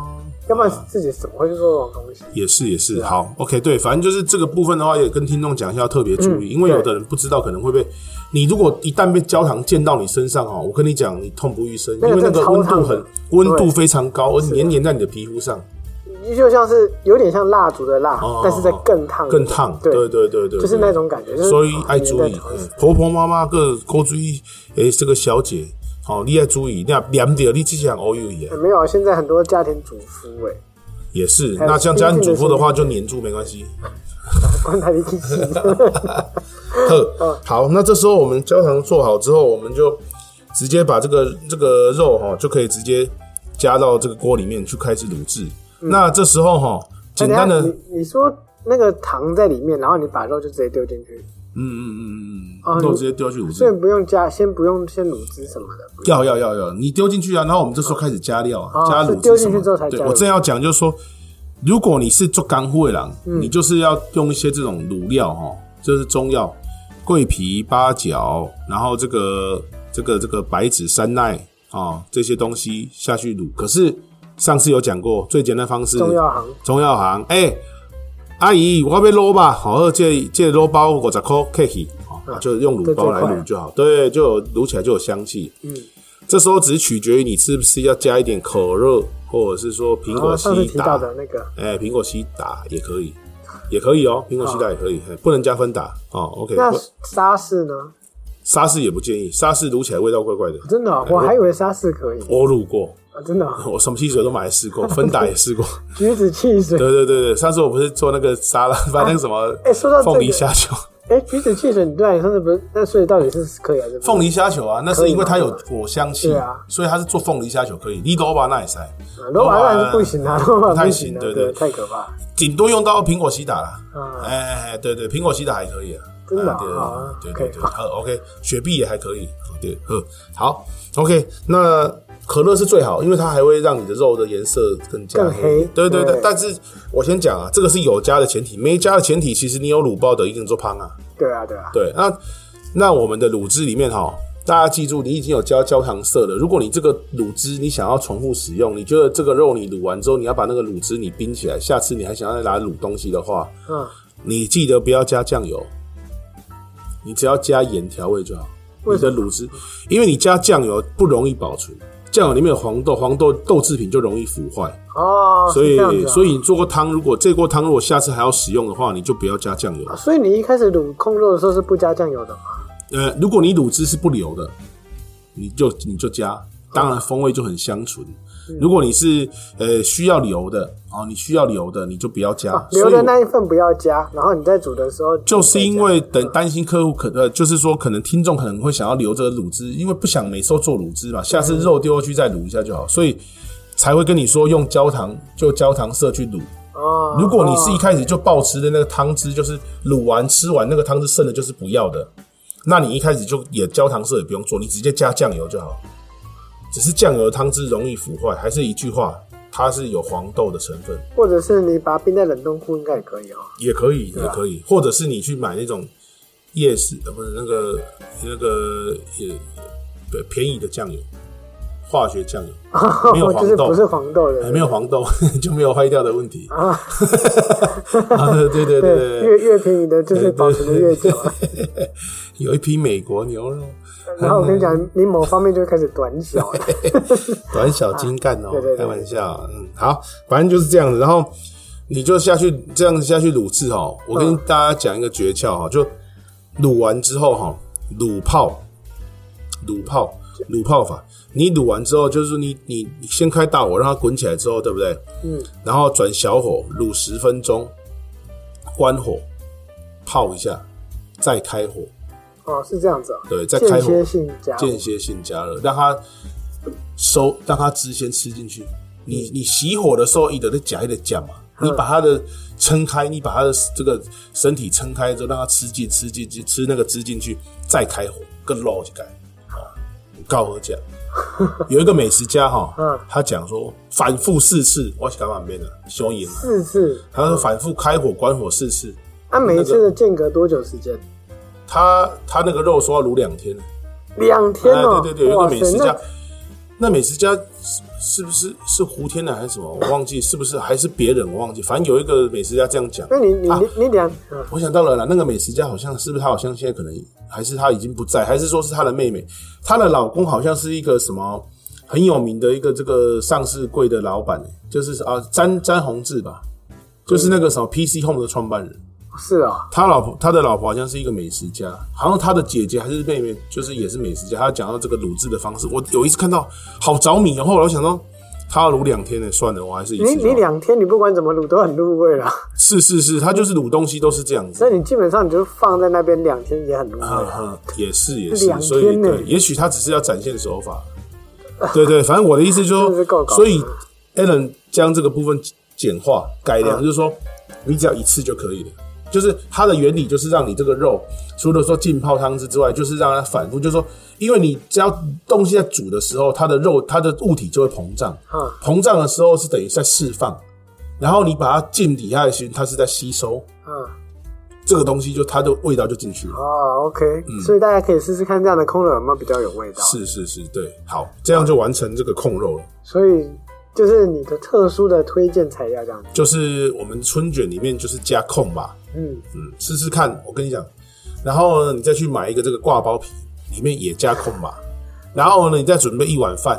S2: 要不然自己怎么会去做这种东西？
S1: 也是也
S2: 啊
S1: 是，好，OK，对，反正就是这个部分的话，也跟听众讲一下，要特别注
S2: 嗯
S1: 意，因为有的人不知道，可能会被你如果一旦被焦糖溅到你身上哦，我跟你讲，你痛不欲生，因
S2: 那个
S1: 为那
S2: 真的
S1: 个
S2: 超
S1: 温度
S2: 烫的
S1: 很温度
S2: 对
S1: 非常高，而且黏黏在你的皮肤上，
S2: 就像是有点像蜡烛的蜡，
S1: 哦
S2: 但是在更烫、
S1: 更烫，
S2: 嗯对，
S1: 对对对对，
S2: 就是那种感觉。就是
S1: 所以爱
S2: 黏
S1: 注
S2: 在
S1: 意
S2: 头，上
S1: 嗯婆婆妈妈个勾注意，诶，这个小姐，哦，你要注意，你要两点，你只想哦有盐
S2: 哎没有，现在很多家庭主妇哎、
S1: 也是，
S2: 有
S1: 那像家庭主妇的话
S2: 亲
S1: 就黏住没关系，
S2: 关台币机 器。嗯
S1: 呵，好，那这时候我们焦糖做好之后，我们就直接把这个这个肉哈、就可以直接加到这个锅里面去开始卤制。那这时候哈、简单的，
S2: 嗯哎等一下你你说那个糖在里面，然后你把肉就直接丢进去，
S1: 嗯嗯嗯
S2: 哦
S1: 嗯，肉
S2: 你
S1: 直接丢去卤
S2: 所以
S1: 制，
S2: 不用加，先不用先卤汁什么的。不用
S1: 要要要要，你丢进去啊，然后我们这时候开始加料啊，
S2: 哦
S1: 加
S2: 是
S1: 卤
S2: 丢
S1: 制什
S2: 进去
S1: 么
S2: 之后才
S1: 的。
S2: 加
S1: 对
S2: 卤
S1: 我正要讲，就是说，如果你是做干货郎，
S2: 嗯
S1: 你就是要用一些这种卤料哈、就是中药、桂皮、八角，然后这个这个这个白芷、山奈啊、这些东西下去卤。可是上次有讲过，最简单的方式，
S2: 中药行
S1: 中药行，哎、阿姨，我要卤吧，好，二这这卤包五十块客气，哦啊就用卤包来
S2: 这最
S1: 卤
S2: 快
S1: 就好，对，就有卤起来就有香气。
S2: 嗯，
S1: 这时候只是取决于你是不是要加一点可乐，或者是说苹
S2: 然
S1: 果
S2: 后哦上次
S1: 西
S2: 提
S1: 打
S2: 到，的那个
S1: 哎、苹果西打也可以，也可以哦，苹果西打也可以，嘿不能加分打哦。OK，
S2: 那
S1: 不
S2: 沙士呢？
S1: 沙士也不建议，沙士卤起来味道怪怪的。
S2: 真的哦、我还以为沙士可以，
S1: 我卤过，
S2: 啊、真的、哦，
S1: 哎我什么汽水都买来试过，芬达也试过。
S2: 橘子汽水。
S1: 对对对对，上次我不是做那个沙拉，把那个什么
S2: 哎说到这个
S1: 凤梨虾球，
S2: 哎、橘子汽水，你对啊，你上次不是？那所以到底是可以还是不可以
S1: 凤梨虾球啊，那是因为它有果香气
S2: 对啊，
S1: 所以它是做凤梨虾球可以。你都把那也塞，
S2: 啊罗马当然是不行啊，罗马
S1: 哦太
S2: 不
S1: 行
S2: 行啊，
S1: 对
S2: 对，
S1: 对
S2: 太可怕。
S1: 顶多用到苹果西打啦。
S2: 啊
S1: 哎、对对，苹果西打还可以啊，
S2: 真的啊
S1: 啊
S2: 好
S1: 对
S2: 啊
S1: 对对
S2: OK，
S1: 对，好 OK，雪碧也还可以，对，呵，好，OK，那可乐是最好，因为它还会让你的肉的颜色更加
S2: 更黑
S1: 对对对
S2: 对，
S1: 但是我先讲啊，这个是有加的前提，没加的前提，其实你有卤包的一定做胖啊。
S2: 对啊，对啊，
S1: 对，那那我们的卤汁里面哈，大家记住，你已经有加焦糖色了。如果你这个卤汁你想要重复使用，你觉得这个肉你卤完之后，你要把那个卤汁你冰起来，下次你还想要再拿来卤东西的话，
S2: 嗯，
S1: 你记得不要加酱油，你只要加盐调味就好。
S2: 为
S1: 你
S2: 什
S1: 的卤汁，因为你加酱油不容易保存，酱油里面有黄豆，黄豆豆制品就容易腐坏，
S2: 哦，
S1: 所
S2: 是
S1: 以
S2: 这样子啊
S1: 所以你做过汤，如果这锅汤如果下次还要使用的话，你就不要加酱油。
S2: 所以你一开始卤控肉的时候是不加酱油的吗？
S1: 呃，如果你卤汁是不流的，你就你就加，当然风味就很香醇。
S2: 嗯
S1: 如果你是呃需要流的哦，你需要流的，你就不要加。
S2: 啊，
S1: 所以
S2: 留的
S1: 我
S2: 那一份不要加，然后你在煮的时候
S1: 就是因为
S2: 等
S1: 等担心客户可呃，就是说可能听众可能会想要留这个卤汁，因为不想每次都做卤汁嘛，下
S2: 嗯
S1: 次肉丢过去再卤一下就好，所以才会跟你说用焦糖就焦糖色去卤。
S2: 哦，
S1: 如果你是一开始就暴吃的那个汤汁，就是卤完吃完那个汤汁剩的，就是不要的，那你一开始就也焦糖色也不用做，你直接加酱油就好。只是酱油的汤汁容易腐坏，还是一句话，它是有黄豆的成分，
S2: 或者是你把它冰在冷冻库应该也可以哦。
S1: 也可以，也可以，或者是你去买那种夜市，呃，不是那个那个也对便宜的酱油，化学酱油，没有
S2: 就
S1: 黄
S2: 是
S1: 豆
S2: 不，是黄豆的，
S1: 哎没有黄豆就没有坏掉的问题。
S2: 啊
S1: 啊，对对对对对
S2: 对，，越越便宜的就是保存的越久啊。
S1: 有一批美国牛肉，
S2: 然后我跟你讲，你某方面就会开始短 小了。
S1: 短小精干哦，
S2: 对对对
S1: 开玩笑，嗯，好，反正就是这样子，然后你就下去这样下去卤制哦。我跟大家讲一个诀窍哈，就卤完之后哈，卤泡，卤泡，卤泡法，你卤完之后就是说你你你先开大火让它滚起来之后，对不对？
S2: 嗯，
S1: 然后转小火卤十分钟，关火泡一下，再开火，
S2: 哦，是这样子哦，
S1: 对，再开火
S2: 间歇性加
S1: 间歇性加热，让它收，让它汁先吃进去。你
S2: 嗯
S1: 你熄火的时候，一点在夹一点夹嘛，你把它的撑开，你把它的这个身体撑开之后，让它吃进吃进去，吃那个汁进去，再开火，更漏就改啊，高和讲。有一个美食家哈，
S2: 嗯
S1: 他讲说反复四次，我是干嘛变的修赢了。
S2: 四次，
S1: 他说反复开火关火四次，
S2: 那啊每一次的间隔多久时间？
S1: 他他那个肉说要卤两天呢。
S2: 两天哦，
S1: 哎对对对，有一
S2: 哇
S1: 个
S2: 塞
S1: 美食
S2: 那
S1: 家，那美食家是是不是是胡天南还是什么？我忘记是不是还是别人我忘记，反正有一个美食家这样讲。
S2: 那你你
S1: 啊
S2: 你你两，嗯
S1: 我想到了啦，那个美食家好像是不是他好像现在可能还是他已经不在，还是说是他的妹妹，她的老公好像是一个什么很有名的一个这个上市柜的老板、就是啊詹詹宏志吧，就是那个什么 PC Home 的创办人。
S2: 是啊，
S1: 他老婆，他的老婆好像是一个美食家，好像他的姐姐还是妹妹，啊就是也是美食家。他讲到这个卤制的方式，我有一次看到好着迷哦，然后来我想到他要卤两天呢，算了，我还是一次哦
S2: 你
S1: 就
S2: 你
S1: 好。
S2: 两天你不管怎么卤都很入味了，
S1: 是是是，他就是卤东西都是这样子
S2: 所。以你基本上你就放在那边两天也很入味
S1: 啊
S2: 了。
S1: 哈，也是也是
S2: 两，
S1: 所以
S2: 天呢
S1: 对，也许他只是要展现手法。对对，反正我的意思就
S2: 真的
S1: 是
S2: 是够
S1: 说，
S2: 搞
S1: 所以 Alan 将这个部分简化改
S2: 嗯
S1: 良，就是说你只要一次就可以了。就是它的原理就是让你这个肉，除了说浸泡汤汁之外，就是让它反复，就是说，因为你只要东西在煮的时候，它的肉它的物体就会膨胀，
S2: 嗯
S1: 膨胀的时候是等于在释放，然后你把它浸底下的时候，它是在吸收
S2: 嗯，
S1: 这个东西就，它的味道就进去了。
S2: 哦，OK，、所以大家可以试试看这样的空肉有没有比较有味道。
S1: 嗯是是是，对，好，这样就完成这个控肉了。
S2: 所以就是你的特殊的推荐材料这样子。
S1: 就是我们春卷里面就是加控吧，
S2: 嗯，
S1: 嗯，试试看。我跟你讲，然后呢，你再去买一个这个挂包皮，里面也加控吧。然后呢，你再准备一碗饭，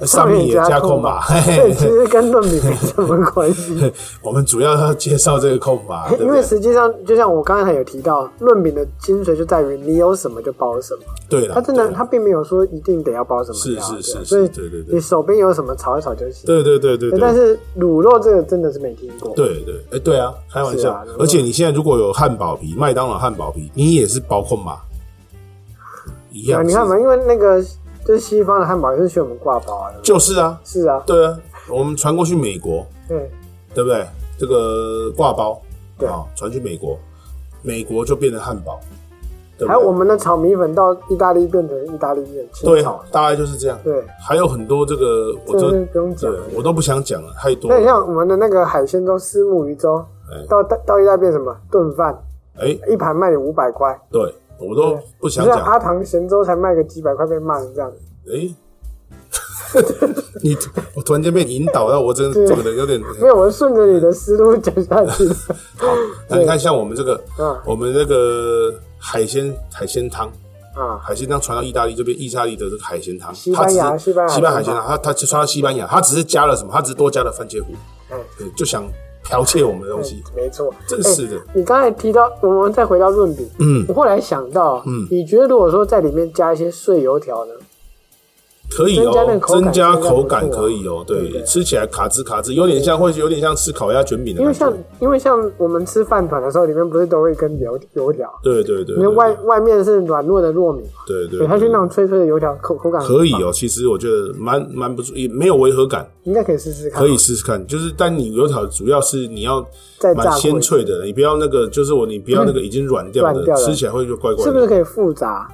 S1: 那上面也加控 吧。嘿
S2: 所
S1: 嘿
S2: 以其
S1: 嘿
S2: 实跟论比没什么 关系，
S1: 我们主要要介绍这个控吧，对
S2: 哎因
S1: 不
S2: 为
S1: 对？
S2: 实际上就像我刚才有提到，论饼的精髓就在于你有什么就包什么。
S1: 对了，
S2: 它真
S1: 对
S2: 的，
S1: 啦
S2: 它并没有说一定得要包什么料，
S1: 是是
S2: 对
S1: 是
S2: 所以
S1: 对对对
S2: 你手边有什么炒一炒就行。
S1: 对对对对对。
S2: 对哎但是卤肉这个真的是没听过。
S1: 对对，哎，对啊，开玩
S2: 是
S1: 笑。
S2: 啊如果
S1: 而且你现在如果有汉堡皮，麦当劳汉堡皮，你也是包控吧？一
S2: 啊，
S1: 样是。
S2: 你看嘛，因为那个就是西方的汉堡也是学我们挂包啊，对不对
S1: 就是啊，
S2: 是啊，
S1: 对啊，我们传过去美国，
S2: 对
S1: 对不对？这个挂包
S2: 对。
S1: 啊，传去美国，美国就变成汉堡，对
S2: 还有我
S1: 不
S2: 们的炒米粉到意大利变成意大利面，清
S1: 对？对
S2: 炒，，
S1: 大概就是这样。
S2: 对，
S1: 还有很多这个，我
S2: 这
S1: 都
S2: 是不用讲
S1: 对
S2: 了。
S1: 我都不想讲了，太多
S2: 那你
S1: 了。
S2: 像我们的那个海鲜粥、丝木鱼粥，
S1: 哎
S2: 到到到意大利变什么炖饭，
S1: 哎，
S2: 一盘卖你五百块，
S1: 对我都不
S2: 你
S1: 想
S2: 像
S1: 讲。
S2: 阿唐咸粥才卖个几百块，被骂成这样，
S1: 哎， 你我突然间被引导到，我真的
S2: 对
S1: 这个人有点。
S2: 没有，我顺着你的思路讲下去的。
S1: 那你看，像我们这个
S2: 嗯，
S1: 我们那个海鲜海鲜汤，
S2: 啊，
S1: 海鲜汤传到意大利这边，意大利的这个海鲜汤，
S2: 西班牙
S1: 它只是
S2: 西班牙
S1: 西班牙海鲜汤，它它传到西班牙，它只是加了什么？它只是多加了番茄糊，
S2: 哎，
S1: 对就想剽窃我们的东西，
S2: 没错，哎
S1: 真是的。
S2: 你刚才提到，我们再回到润饼，
S1: 嗯
S2: 我后来想到，
S1: 嗯
S2: 你觉得如果说在里面加一些碎油条呢？
S1: 可以
S2: 增加那
S1: 哦
S2: 个，口感
S1: 增加口感
S2: 应该不错啊
S1: 可以哦，
S2: 对
S1: 对，
S2: 对
S1: 吃起来卡吱卡吱，有点像会有点像吃烤鸭卷饼的
S2: 因为
S1: 感觉
S2: 像，因为像我们吃饭团的时候，里面不是都会跟油油条，
S1: 对对对，
S2: 因为
S1: 对
S2: 外外面是软糯的糯米嘛，
S1: 对对
S2: 对，它就
S1: 对
S2: 那种脆脆的油条，口口感很
S1: 可以
S2: 棒，
S1: 哦，其实我觉得蛮蛮不错，也没有违和感，
S2: 应该可以试试看，
S1: 可以试试看。就是但你油条主要是你要
S2: 再炸
S1: 蛮
S2: 过
S1: 鲜
S2: 一次，嗯
S1: 脆的，你不要那个就是我你不要那个已经软掉
S2: 软
S1: 的，
S2: 掉了
S1: 吃起来会就怪怪
S2: 是不
S1: 的。
S2: 是可以复杂？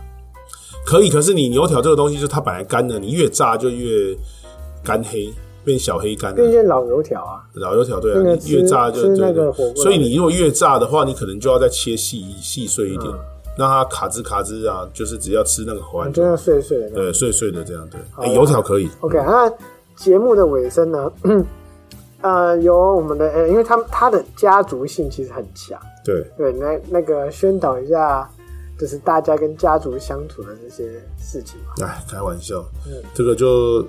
S1: 可以，可是你油条这个东西就是它本来干的，你越炸就越干黑，变小黑干了。
S2: 变成老油条啊，
S1: 老油条对啊，
S2: 那个
S1: 你越
S2: 吃
S1: 炸就对
S2: 吃那
S1: 对
S2: 个火锅
S1: 所以你如果越炸的话，你可能就要再切细细碎一点，
S2: 嗯
S1: 让它卡吱卡吱啊，就是只要吃那个口感
S2: 就
S1: 就，
S2: 那碎碎的那
S1: 嗯
S2: 种。
S1: 对碎碎的这样对。哎油条可以，
S2: OK，那节目的尾声呢？ 呃，由我们的，呃，因为他们他的家族性其实很强，
S1: 对
S2: 对，那那个宣导一下，就是大家跟家族相处的这些事情嘛。
S1: 哎，开玩笑，
S2: 嗯
S1: 这个就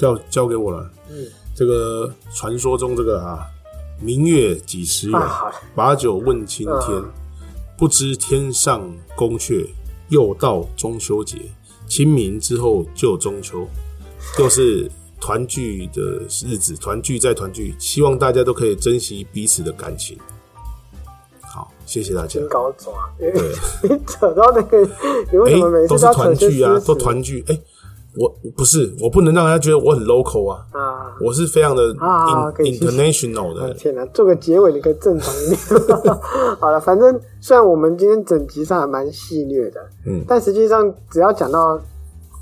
S1: 要交给我了。
S2: 嗯，
S1: 这个传说中这个啊，明月几时有
S2: 啊，，好了，
S1: 把酒问青天
S2: 嗯。
S1: 不知天上宫阙，又到中秋节。清明之后就中秋，又是团聚的日子，团聚再团聚，希望大家都可以珍惜彼此的感情。好，谢谢大家
S2: 挺。搞懂啊。 因为你扯到那个，你为什么每
S1: 哎都
S2: 次
S1: 是
S2: 要扯
S1: 团
S2: 些
S1: 聚啊，
S2: 私
S1: 都
S2: 事
S1: 团聚。哎、我不是，我不能让大家觉得我很 local 啊，
S2: 啊？
S1: 我是非常的 in,、
S2: 啊可以谢谢
S1: international 的。
S2: 天哪、做个结尾你可以正常一 点。好了，反正虽然我们今天整集上还蛮戏谑的，
S1: 嗯
S2: 但实际上只要讲到，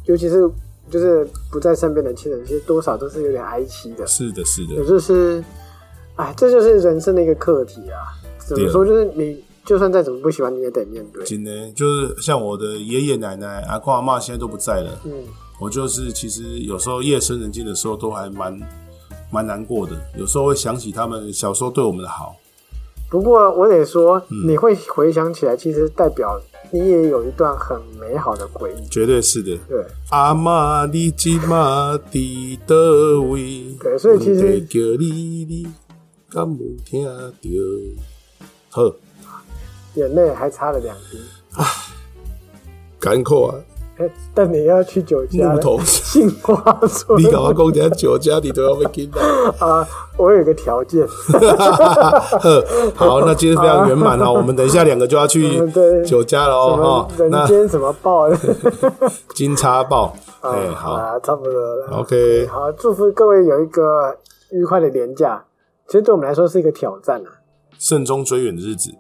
S2: 尤其是就是不在身边的亲人，其实多少都是有点哀戚的，
S1: 是的，是
S2: 也
S1: 的，
S2: 就是，哎，这就是人生的一个课题啊。怎么说？就是你就算再怎么不喜欢，你也得面对。
S1: 今天就是像我的爷爷奶奶、阿公阿嬷现在都不在了，
S2: 嗯，
S1: 我就是其实有时候夜深人静的时候都还蛮蛮难过的，有时候会想起他们小时候对我们的好。
S2: 不过我得说，
S1: 嗯
S2: 你会回想起来，其实代表你也有一段很美好的回忆。
S1: 绝对是的，
S2: 对，
S1: 阿嬷你即马伫倒位？
S2: 对所以其实
S1: 我就叫你，你敢有听到？好，
S2: 眼泪还差了两滴。
S1: 艰苦啊！
S2: 哎、但你要去酒家
S1: 木头
S2: 杏花 村
S1: 你搞我讲点酒家，你都要被禁到。
S2: 啊！我有一个条件，
S1: 呵好，那今天非常圆满哦。我们等一下两个就要去
S2: 嗯对
S1: 酒家了
S2: 什
S1: 哦
S2: 么。
S1: 哈
S2: 人
S1: 那
S2: 间什么报啊，
S1: 金叉爆， 哎，好
S2: 啊，差不多了。
S1: ，OK，
S2: 好，祝福各位有一个愉快的年假。其实对我们来说是一个挑战啊，
S1: 慎终追远的日子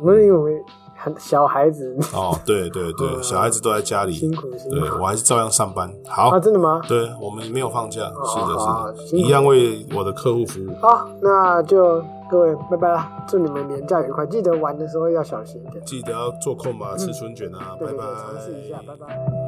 S2: 我们因为我们很小孩子，
S1: 哦。对对对，
S2: 嗯
S1: 小孩子都在家里，
S2: 辛苦辛苦
S1: 对我还是照样上班。好
S2: 啊，，真的吗？
S1: 对我们没有放假，
S2: 好
S1: 是的，是的，
S2: 啊辛苦
S1: 一样为我的客户服务。
S2: 好，那就各位拜拜啦，祝你们年假愉快，记得玩的时候要小心一点。
S1: 记得要做空吧，吃春卷啊，
S2: 对
S1: 拜
S2: 对对，
S1: 拜。
S2: 尝试一下，拜拜。